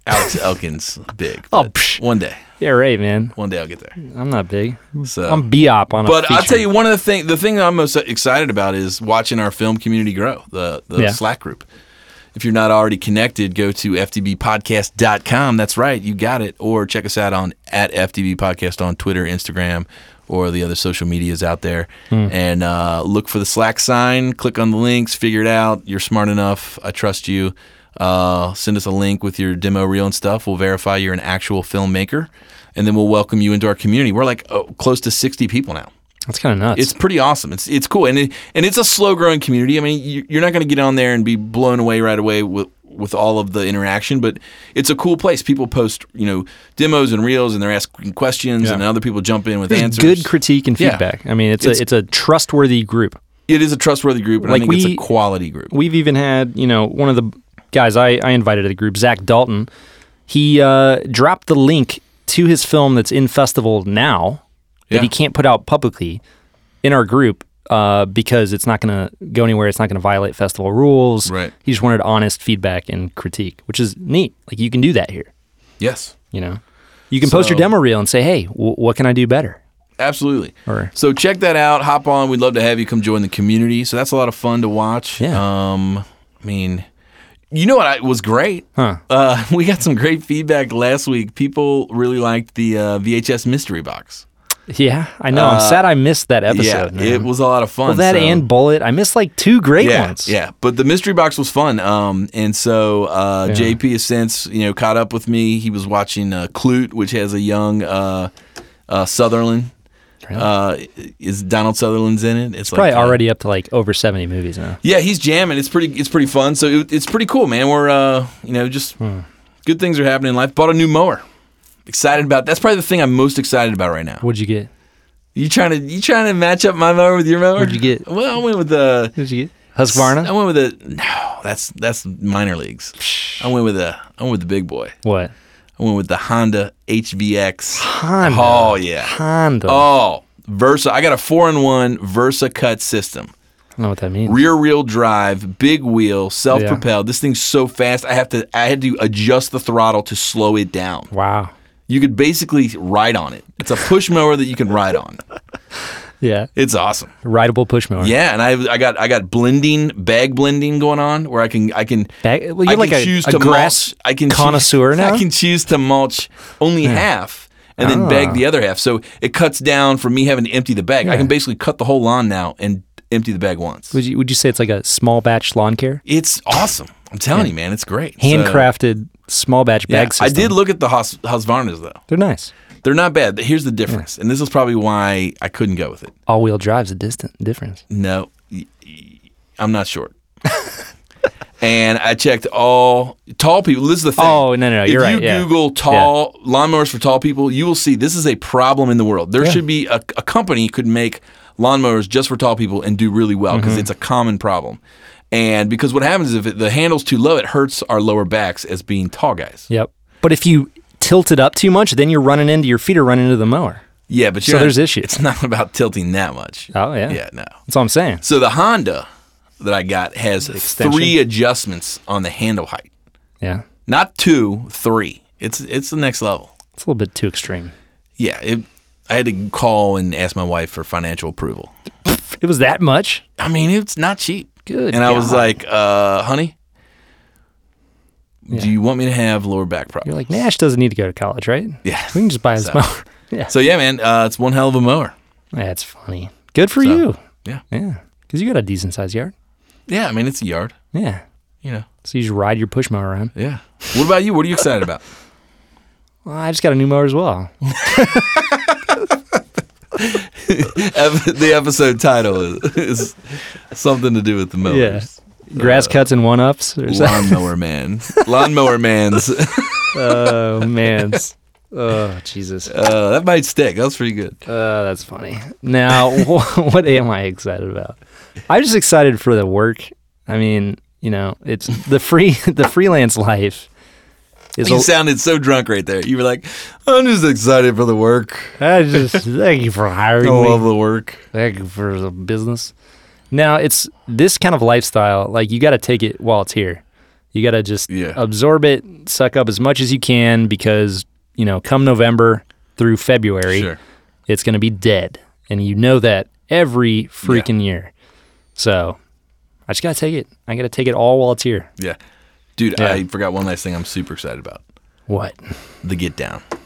Speaker 1: alex elkins big
Speaker 2: Oh,
Speaker 1: but
Speaker 2: psh.
Speaker 1: one day
Speaker 2: Yeah, right, man.
Speaker 1: one day i'll get there
Speaker 2: I'm not big.
Speaker 1: so
Speaker 2: I'm BOP on a
Speaker 1: but I'll
Speaker 2: feature.
Speaker 1: tell you one of the thing the thing that I'm most excited about is watching our film community grow, the the
Speaker 2: Yeah.
Speaker 1: Slack group. If you're not already connected, go to ftbpodcast.com. That's right, you got it. Or check us out on at FTB Podcast on Twitter, Instagram, or the other social medias out there.
Speaker 2: Hmm.
Speaker 1: And uh, look for the Slack sign, click on the links, figure it out. You're smart enough. I trust you. Uh, send us a link with your demo reel and stuff. We'll verify you're an actual filmmaker, and then we'll welcome you into our community. We're like oh, close to 60 people now
Speaker 2: That's kind of nuts.
Speaker 1: it's pretty awesome. It's it's cool, and it, and it's a slow growing community. I mean, you, you're not going to get on there and be blown away right away with with all of the interaction, but it's a cool place. People post you know demos and reels, and they're asking questions, and other people jump in with
Speaker 2: There's
Speaker 1: answers.
Speaker 2: good critique and
Speaker 1: Yeah.
Speaker 2: feedback. I mean, it's,
Speaker 1: It's-
Speaker 2: a it's a trustworthy group.
Speaker 1: it is a trustworthy group, and
Speaker 2: Like
Speaker 1: I think it's a
Speaker 2: we-
Speaker 1: quality group.
Speaker 2: We've even had you know one of the guys I, I invited to the group, Zach Dalton. He uh, dropped the link to his film that's in festival now
Speaker 1: Yeah.
Speaker 2: that he can't put out publicly in our group. Uh, because it's not going to go anywhere. It's not going to violate festival rules.
Speaker 1: Right.
Speaker 2: He just wanted honest feedback and critique, which is neat. Like you can do that here.
Speaker 1: Yes,
Speaker 2: You know, you can post your
Speaker 1: So-
Speaker 2: demo reel and say, "Hey, w- what can I do better?"
Speaker 1: absolutely.
Speaker 2: Or-
Speaker 1: So check that out. Hop on. We'd love to have you come join the community. So that's a lot of fun to watch.
Speaker 2: Yeah.
Speaker 1: Um, I mean, you know what? I, was great.
Speaker 2: Huh.
Speaker 1: Uh, we got some great feedback last week. People really liked the uh, VHS mystery box.
Speaker 2: Yeah, I know. I'm sad I missed that episode.
Speaker 1: Uh, yeah, it
Speaker 2: man.
Speaker 1: was a lot of fun.
Speaker 2: well, that
Speaker 1: so-
Speaker 2: and Bullet. I missed like two great
Speaker 1: yeah,
Speaker 2: ones.
Speaker 1: yeah. But the mystery box was fun. Um, and so uh, JP has since you know caught up with me. He was watching uh, Clute, which has a young uh, uh, Sutherland. Uh, is Donald Sutherland's in it? It's,
Speaker 2: Probably
Speaker 1: like, uh,
Speaker 2: already up to like over 70 movies now.
Speaker 1: Yeah, he's jamming. It's pretty. It's pretty fun. So it, it's pretty cool, man. We're uh, you know, just
Speaker 2: Hmm.
Speaker 1: good things are happening in life. Bought a new mower. Excited about. That's probably the thing I'm most excited about right now.
Speaker 2: What'd you get?
Speaker 1: You trying to you trying to match up my mower with your mower?
Speaker 2: What'd you get?
Speaker 1: Well, I went with the
Speaker 2: What'd you get?
Speaker 1: I
Speaker 2: Husqvarna.
Speaker 1: went with the no. That's that's minor leagues. I went with the I went with the big boy.
Speaker 2: What?
Speaker 1: I went with the Honda HVX.
Speaker 2: Honda.
Speaker 1: Oh yeah.
Speaker 2: Honda.
Speaker 1: Oh Versa. I got a four in one Versa cut system.
Speaker 2: I don't know what that means.
Speaker 1: rear wheel drive, big wheel, self propelled. This thing's so fast. I have to I had to adjust the throttle to slow it down.
Speaker 2: wow.
Speaker 1: You could basically ride on it. It's a push mower that you can ride on.
Speaker 2: Yeah.
Speaker 1: It's awesome.
Speaker 2: Rideable push mower.
Speaker 1: Yeah, and I I got I got blending bag blending going on where I can I can
Speaker 2: Bag- well, you're
Speaker 1: I
Speaker 2: like
Speaker 1: can
Speaker 2: a-
Speaker 1: choose
Speaker 2: a
Speaker 1: to
Speaker 2: grass
Speaker 1: mulch. I can choo-
Speaker 2: connoisseur now?
Speaker 1: I can choose to mulch only half and then
Speaker 2: Ah.
Speaker 1: bag the other half. So it cuts down from me having to empty the bag. I
Speaker 2: Yeah.
Speaker 1: can basically cut the whole lawn now and empty the bag once.
Speaker 2: Would you would you say it's like a small batch lawn care,
Speaker 1: It's awesome. I'm telling you, man, it's great. So-
Speaker 2: handcrafted small batch
Speaker 1: Yeah,
Speaker 2: bag system?
Speaker 1: I did look at the Hos- Husqvarnas though.
Speaker 2: They're nice.
Speaker 1: They're not bad. Here's the difference, and this is probably why I couldn't go with it.
Speaker 2: All wheel drive's a distant difference.
Speaker 1: No, y- y- I'm not short. and I checked all tall people. This is the thing.
Speaker 2: Oh, no, no, no,
Speaker 1: If
Speaker 2: you're
Speaker 1: you
Speaker 2: right, yeah.
Speaker 1: Google tall lawnmowers for tall people, you will see this is a problem in the world. There should be a, a company could make lawnmowers just for tall people and do really well
Speaker 2: Mm-hmm.
Speaker 1: because it's a common problem. And because what happens is if it, the handle's too low, it hurts our lower backs as being tall guys.
Speaker 2: Yep. But if you tilt it up too much, then you're running into your feet are running into the mower.
Speaker 1: Yeah, but
Speaker 2: So
Speaker 1: you're not-
Speaker 2: there's issues.
Speaker 1: It's not about tilting that much.
Speaker 2: Oh yeah.
Speaker 1: Yeah, no.
Speaker 2: That's what I'm saying.
Speaker 1: So the Honda that I got has three adjustments on the handle height.
Speaker 2: Yeah.
Speaker 1: Not two, three. It's it's the next level.
Speaker 2: It's a little bit too extreme.
Speaker 1: Yeah, it, I had to call and ask my wife for financial approval.
Speaker 2: It was that much.
Speaker 1: I mean, it's not cheap.
Speaker 2: Good
Speaker 1: And I was
Speaker 2: God.
Speaker 1: like, uh, honey, do you want me to have lower back problems?
Speaker 2: You're like Nash doesn't need to go to college, right?
Speaker 1: Yeah.
Speaker 2: We can just buy his
Speaker 1: So-
Speaker 2: mower. Yeah.
Speaker 1: So yeah, man, uh, it's one hell of a mower.
Speaker 2: That's funny. Good for you.
Speaker 1: Yeah,
Speaker 2: Yeah. Because you got a decent sized yard.
Speaker 1: yeah. I mean, it's a yard.
Speaker 2: Yeah.
Speaker 1: You know.
Speaker 2: So you just ride your push mower around.
Speaker 1: Yeah. What about you? What are you excited about?
Speaker 2: Well, I just got a new mower as well.
Speaker 1: Ev- the episode title is, is something to do with the mowers.
Speaker 2: Grass
Speaker 1: Uh,
Speaker 2: cuts and one ups. Or something.
Speaker 1: Lawnmower man. Lawnmower man's.
Speaker 2: oh man. Oh Jesus.
Speaker 1: Uh, that might stick. That was pretty good.
Speaker 2: Uh, that's funny. Now, wh- what am I excited about? I'm just excited for the work. I mean, you know, it's the free the freelance life. Is
Speaker 1: You
Speaker 2: a-
Speaker 1: sounded so drunk right there. You were like, I'm just excited for the work.
Speaker 2: I just thank you for hiring
Speaker 1: I
Speaker 2: me.
Speaker 1: love the work.
Speaker 2: Thank you for the business. Now it's this kind of lifestyle. Like you got to take it while it's here. You got to just
Speaker 1: Yeah.
Speaker 2: absorb it, suck up as much as you can, because you know, come November through February,
Speaker 1: Sure.
Speaker 2: it's going to be dead, and you know that every freaking year. So I just got to take it. I got to take it all while it's here.
Speaker 1: Yeah. Dude,
Speaker 2: Yeah.
Speaker 1: I forgot one last thing I'm super excited about.
Speaker 2: What
Speaker 1: The Get Down comes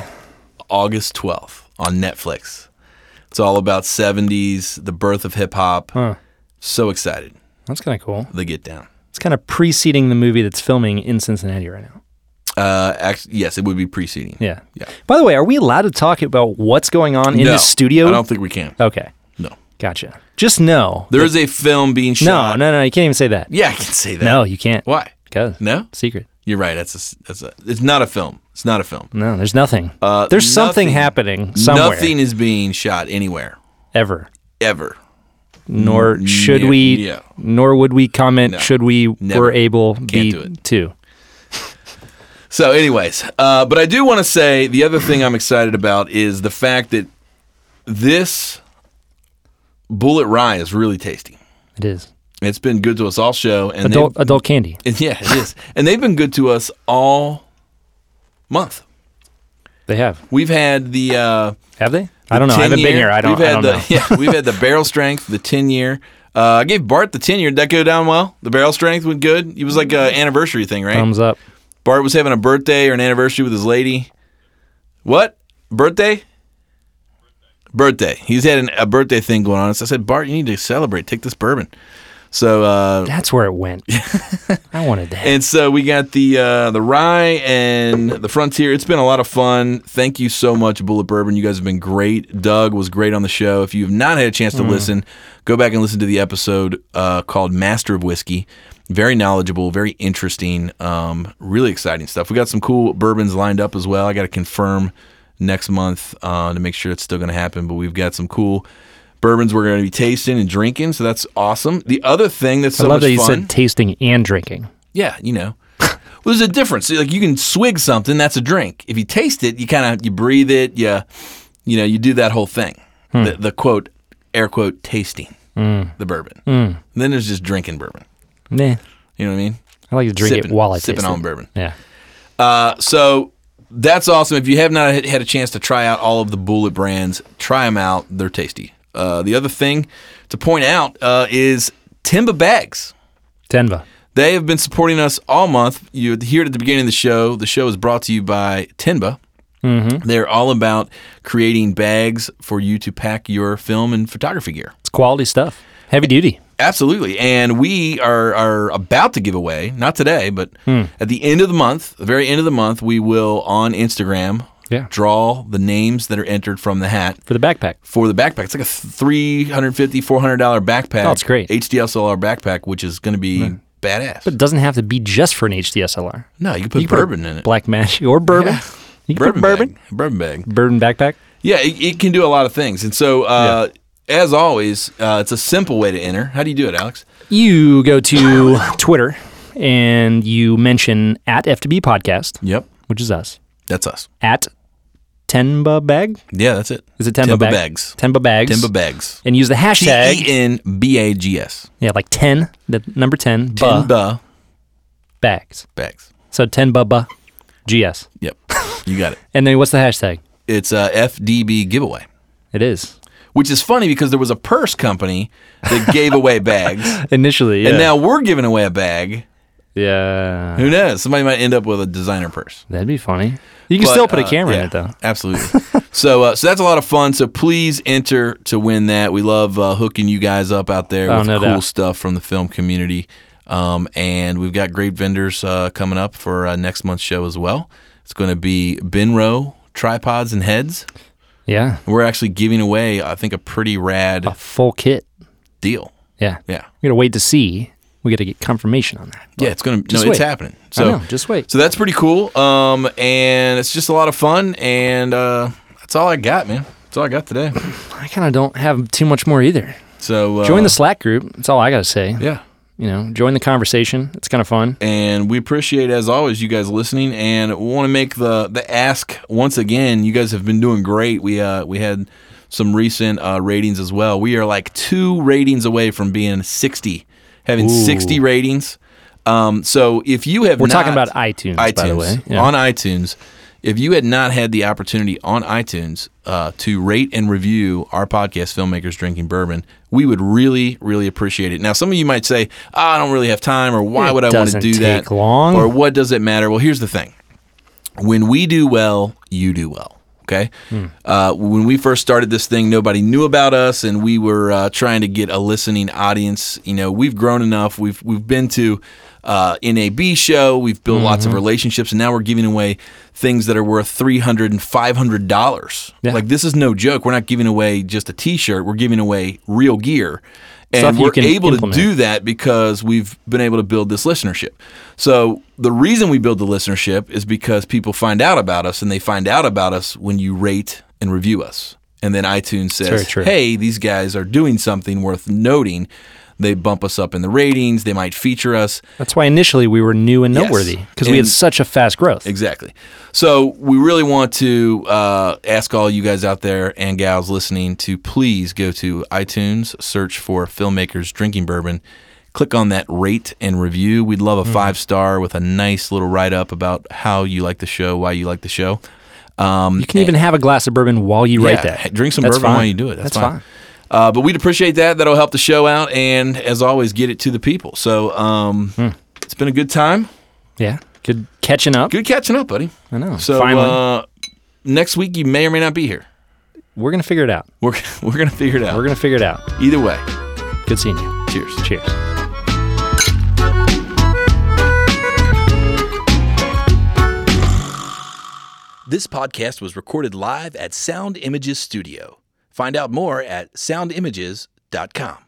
Speaker 1: out August 12th on Netflix. It's all about 70s, the birth of hip hop.
Speaker 2: Huh.
Speaker 1: So excited.
Speaker 2: That's kind of cool.
Speaker 1: The Get Down.
Speaker 2: It's kind of preceding the movie that's filming in Cincinnati right now.
Speaker 1: Uh, act- yes, it would be preceding.
Speaker 2: Yeah.
Speaker 1: Yeah.
Speaker 2: By the way, are we allowed to talk about what's going on in
Speaker 1: No,
Speaker 2: this studio?
Speaker 1: I don't think we can.
Speaker 2: Okay.
Speaker 1: No.
Speaker 2: Gotcha. Just no.
Speaker 1: There is a film being
Speaker 2: No,
Speaker 1: shot.
Speaker 2: no, no. You can't even say that.
Speaker 1: Yeah, I can say that.
Speaker 2: No, you can't.
Speaker 1: Why?
Speaker 2: Because
Speaker 1: No?
Speaker 2: secret.
Speaker 1: You're right. That's a, s- that's a, it's not a film. It's not a film.
Speaker 2: No, there's nothing.
Speaker 1: Uh,
Speaker 2: there's something
Speaker 1: nothing-
Speaker 2: happening somewhere.
Speaker 1: Nothing is being shot anywhere
Speaker 2: ever.
Speaker 1: ever.
Speaker 2: Nor should
Speaker 1: yeah,
Speaker 2: we.
Speaker 1: yeah.
Speaker 2: Nor would we comment. should we?
Speaker 1: never.
Speaker 2: Were able be
Speaker 1: do it.
Speaker 2: to.
Speaker 1: So, anyways, uh, but I do want to say the other thing I'm excited about is the fact that this bullet rye is really tasty.
Speaker 2: It is
Speaker 1: It's been good to us all show, and
Speaker 2: adult adult candy.
Speaker 1: they've- yeah, it is, and they've been good to us all month.
Speaker 2: They have.
Speaker 1: We've had the uh,
Speaker 2: Have they? I don't know. I haven't
Speaker 1: 10
Speaker 2: been
Speaker 1: year.
Speaker 2: here. I don't.
Speaker 1: We've had
Speaker 2: I don't
Speaker 1: the,
Speaker 2: know.
Speaker 1: Yeah, we've had the barrel strength, the ten year. Uh, I gave Bart the ten year. Did that go down well? The barrel strength went good. It was like an anniversary thing, right?
Speaker 2: Thumbs up.
Speaker 1: Bart was having a birthday or an anniversary with his lady. What birthday? Birthday. He's had an, a birthday thing going on. So I said, Bart, you need to celebrate. Take this bourbon. So uh,
Speaker 2: That's where it went. I wanted that.
Speaker 1: and so we got the uh, the rye and the frontier. It's been a lot of fun. Thank you so much, Bullet Bourbon. You guys have been great. Doug was great on the show. If you've not had a chance to
Speaker 2: Mm.
Speaker 1: listen, go back and listen to the episode uh, called "Master of Whiskey." Very knowledgeable, very interesting, um, really exciting stuff. We got some cool bourbons lined up as well. I got to confirm next month uh, to make sure it's still going to happen, but we've got some cool. Bourbons we're going to be tasting and drinking, so that's awesome. The other thing that's so
Speaker 2: I love
Speaker 1: much
Speaker 2: that you
Speaker 1: fun,
Speaker 2: said tasting and drinking.
Speaker 1: yeah, you know. well, there's a difference. Like you can swig something, that's a drink. If you taste it, you kind of you breathe it, you you know, you do that whole thing.
Speaker 2: Hmm.
Speaker 1: The, the quote air quote tasting the bourbon.
Speaker 2: Hmm.
Speaker 1: Then there's just drinking bourbon.
Speaker 2: Nah.
Speaker 1: You know what I mean?
Speaker 2: I like to drink
Speaker 1: Sipping-
Speaker 2: it while I
Speaker 1: sipping
Speaker 2: taste
Speaker 1: on
Speaker 2: it.
Speaker 1: bourbon.
Speaker 2: Yeah.
Speaker 1: Uh, so that's awesome. If you have not had a chance to try out all of the Bullet brands, try them out. They're tasty. Uh, the other thing to point out uh, is Timba bags.
Speaker 2: Denver.
Speaker 1: They have been supporting us all month. You hear it at the beginning of the show. The show is brought to you by Tenba.
Speaker 2: Mm-hmm.
Speaker 1: They're all about creating bags for you to pack your film and photography gear.
Speaker 2: It's quality stuff. Heavy duty.
Speaker 1: Absolutely. And we are, are about to give away, not today, but
Speaker 2: Hmm.
Speaker 1: at the end of the month, the very end of the month, we will on Instagram
Speaker 2: Yeah.
Speaker 1: draw the names that are entered from the hat
Speaker 2: For the backpack.
Speaker 1: for the backpack. It's like a $350, $400 backpack.
Speaker 2: Oh, it's great.
Speaker 1: HDSLR backpack, which is going to be badass.
Speaker 2: It doesn't have to be just for an HDSLR.
Speaker 1: no, you can put
Speaker 2: You can put
Speaker 1: bourbon in it.
Speaker 2: Black mash or bourbon. You can put
Speaker 1: Bourbon,
Speaker 2: bourbon.
Speaker 1: bag. Bourbon bag.
Speaker 2: Bourbon backpack.
Speaker 1: Yeah, it, it can do a lot of things. And so, uh, as always, uh, it's a simple way to enter. How do you do it, Alex?
Speaker 2: You go to Twitter and you mention at FTB Podcast,
Speaker 1: Yep.
Speaker 2: which is us,
Speaker 1: That's us.
Speaker 2: at Tenba Bag.
Speaker 1: Yeah, that's it.
Speaker 2: Is it Tenba,
Speaker 1: Tenba
Speaker 2: Bag?
Speaker 1: Bags.
Speaker 2: Tenba Bags.
Speaker 1: Timba Bags.
Speaker 2: and use the
Speaker 1: T
Speaker 2: hashtag.
Speaker 1: E N B A G S.
Speaker 2: Yeah, like 10, the number 10,
Speaker 1: E
Speaker 2: ba,
Speaker 1: Timba
Speaker 2: bags.
Speaker 1: Bags.
Speaker 2: So 10 ba ba GS.
Speaker 1: Yep. You got it.
Speaker 2: And then what's the hashtag?
Speaker 1: It's a FDB giveaway,
Speaker 2: It is.
Speaker 1: which is funny because there was a purse company that gave away bags,
Speaker 2: Initially, yeah.
Speaker 1: and now we're giving away a bag.
Speaker 2: yeah.
Speaker 1: Who knows? Somebody might end up with a designer purse.
Speaker 2: That'd be funny. You can
Speaker 1: But,
Speaker 2: still put a
Speaker 1: uh,
Speaker 2: camera
Speaker 1: yeah,
Speaker 2: in it, though.
Speaker 1: Absolutely. so uh, so that's a lot of fun. So please enter to win that. We love uh, hooking you guys up out there
Speaker 2: Oh,
Speaker 1: with
Speaker 2: no
Speaker 1: cool
Speaker 2: doubt.
Speaker 1: stuff from the film community. Um, and we've got great vendors uh, coming up for uh, next month's show as well. It's going to be Benro tripods and heads.
Speaker 2: Yeah.
Speaker 1: We're actually giving away, I think, a pretty rad
Speaker 2: A full kit.
Speaker 1: deal.
Speaker 2: Yeah.
Speaker 1: Yeah.
Speaker 2: We got to wait to see. We got to get confirmation on that.
Speaker 1: Yeah, it's going to, no,
Speaker 2: wait.
Speaker 1: it's happening.
Speaker 2: So,
Speaker 1: So,
Speaker 2: Just wait.
Speaker 1: so that's pretty cool. Um, and it's just a lot of fun. And uh, that's all I got, man. That's all I got today.
Speaker 2: I kind of don't have too much more either.
Speaker 1: So uh,
Speaker 2: Join the Slack group. That's all I got to say.
Speaker 1: Yeah.
Speaker 2: You know, join the conversation. It's kind of fun.
Speaker 1: And we appreciate, as always, you guys listening. And want to make the the ask once again. You guys have been doing great. We uh we had some recent uh, ratings as well. We are like two ratings away from being sixty, having sixty ratings. Um, so if you have
Speaker 2: We're talking
Speaker 1: not-
Speaker 2: about iTunes, by the way. Yeah.
Speaker 1: on iTunes. If you had not had the opportunity on iTunes uh, to rate and review our podcast, Filmmakers Drinking Bourbon, we would really, really appreciate it. Now, some of you might say, "Ah, I don't really have time, or why
Speaker 2: It
Speaker 1: would I want to
Speaker 2: doesn't
Speaker 1: do that?
Speaker 2: take long.
Speaker 1: Or what does it matter? Well, here's the thing when we do well, you do well. Okay.
Speaker 2: Hmm.
Speaker 1: Uh, when we first started this thing, nobody knew about us, and we were uh, trying to get a listening audience. You know, we've grown enough. We've we've been to uh, NAB show. We've built
Speaker 2: Mm-hmm.
Speaker 1: lots of relationships, and now we're giving away things that are worth three hundred and five hundred dollars.
Speaker 2: Yeah.
Speaker 1: Like this is no joke. We're not giving away just a T-shirt. We're giving away real gear,
Speaker 2: Stuff
Speaker 1: and
Speaker 2: you
Speaker 1: we're
Speaker 2: can
Speaker 1: able
Speaker 2: implement.
Speaker 1: to do that because we've been able to build this listenership. So the reason we build the listenership is because people find out about us, and they find out about us when you rate and review us. And then iTunes
Speaker 2: very
Speaker 1: says,
Speaker 2: true.
Speaker 1: "Hey, these guys are doing something worth noting." They bump us up in the ratings. They might feature us.
Speaker 2: That's why initially we were new and noteworthy because we had
Speaker 1: And-
Speaker 2: such a fast growth.
Speaker 1: Exactly. So we really want to uh, ask all you guys out there and gals listening to please go to iTunes, search for Filmmakers Drinking Bourbon, click on that rate and review. We'd love a
Speaker 2: Mm-hmm.
Speaker 1: five star with a nice little write up about how you like the show, why you like the show. Um,
Speaker 2: You can even have a glass of bourbon while you write
Speaker 1: yeah,
Speaker 2: that.
Speaker 1: Drink some
Speaker 2: That's
Speaker 1: bourbon while
Speaker 2: fine.
Speaker 1: you do it. That's,
Speaker 2: That's
Speaker 1: fine.
Speaker 2: fine.
Speaker 1: Uh, but we'd appreciate that. That'll help the show out, and as always, get it to the people. So um,
Speaker 2: Hmm.
Speaker 1: it's been a good time.
Speaker 2: Yeah. Good catching up.
Speaker 1: Good catching up, buddy.
Speaker 2: I know.
Speaker 1: So
Speaker 2: Finally,
Speaker 1: Uh, next week you may or may not be here.
Speaker 2: we're going to figure it out.
Speaker 1: We're we're gonna figure it out.
Speaker 2: We're going to figure it out.
Speaker 1: Either way,
Speaker 2: Good seeing you.
Speaker 1: cheers.
Speaker 2: Cheers.
Speaker 1: This podcast was recorded live at Sound Images Studio. Find out more at soundimages.com.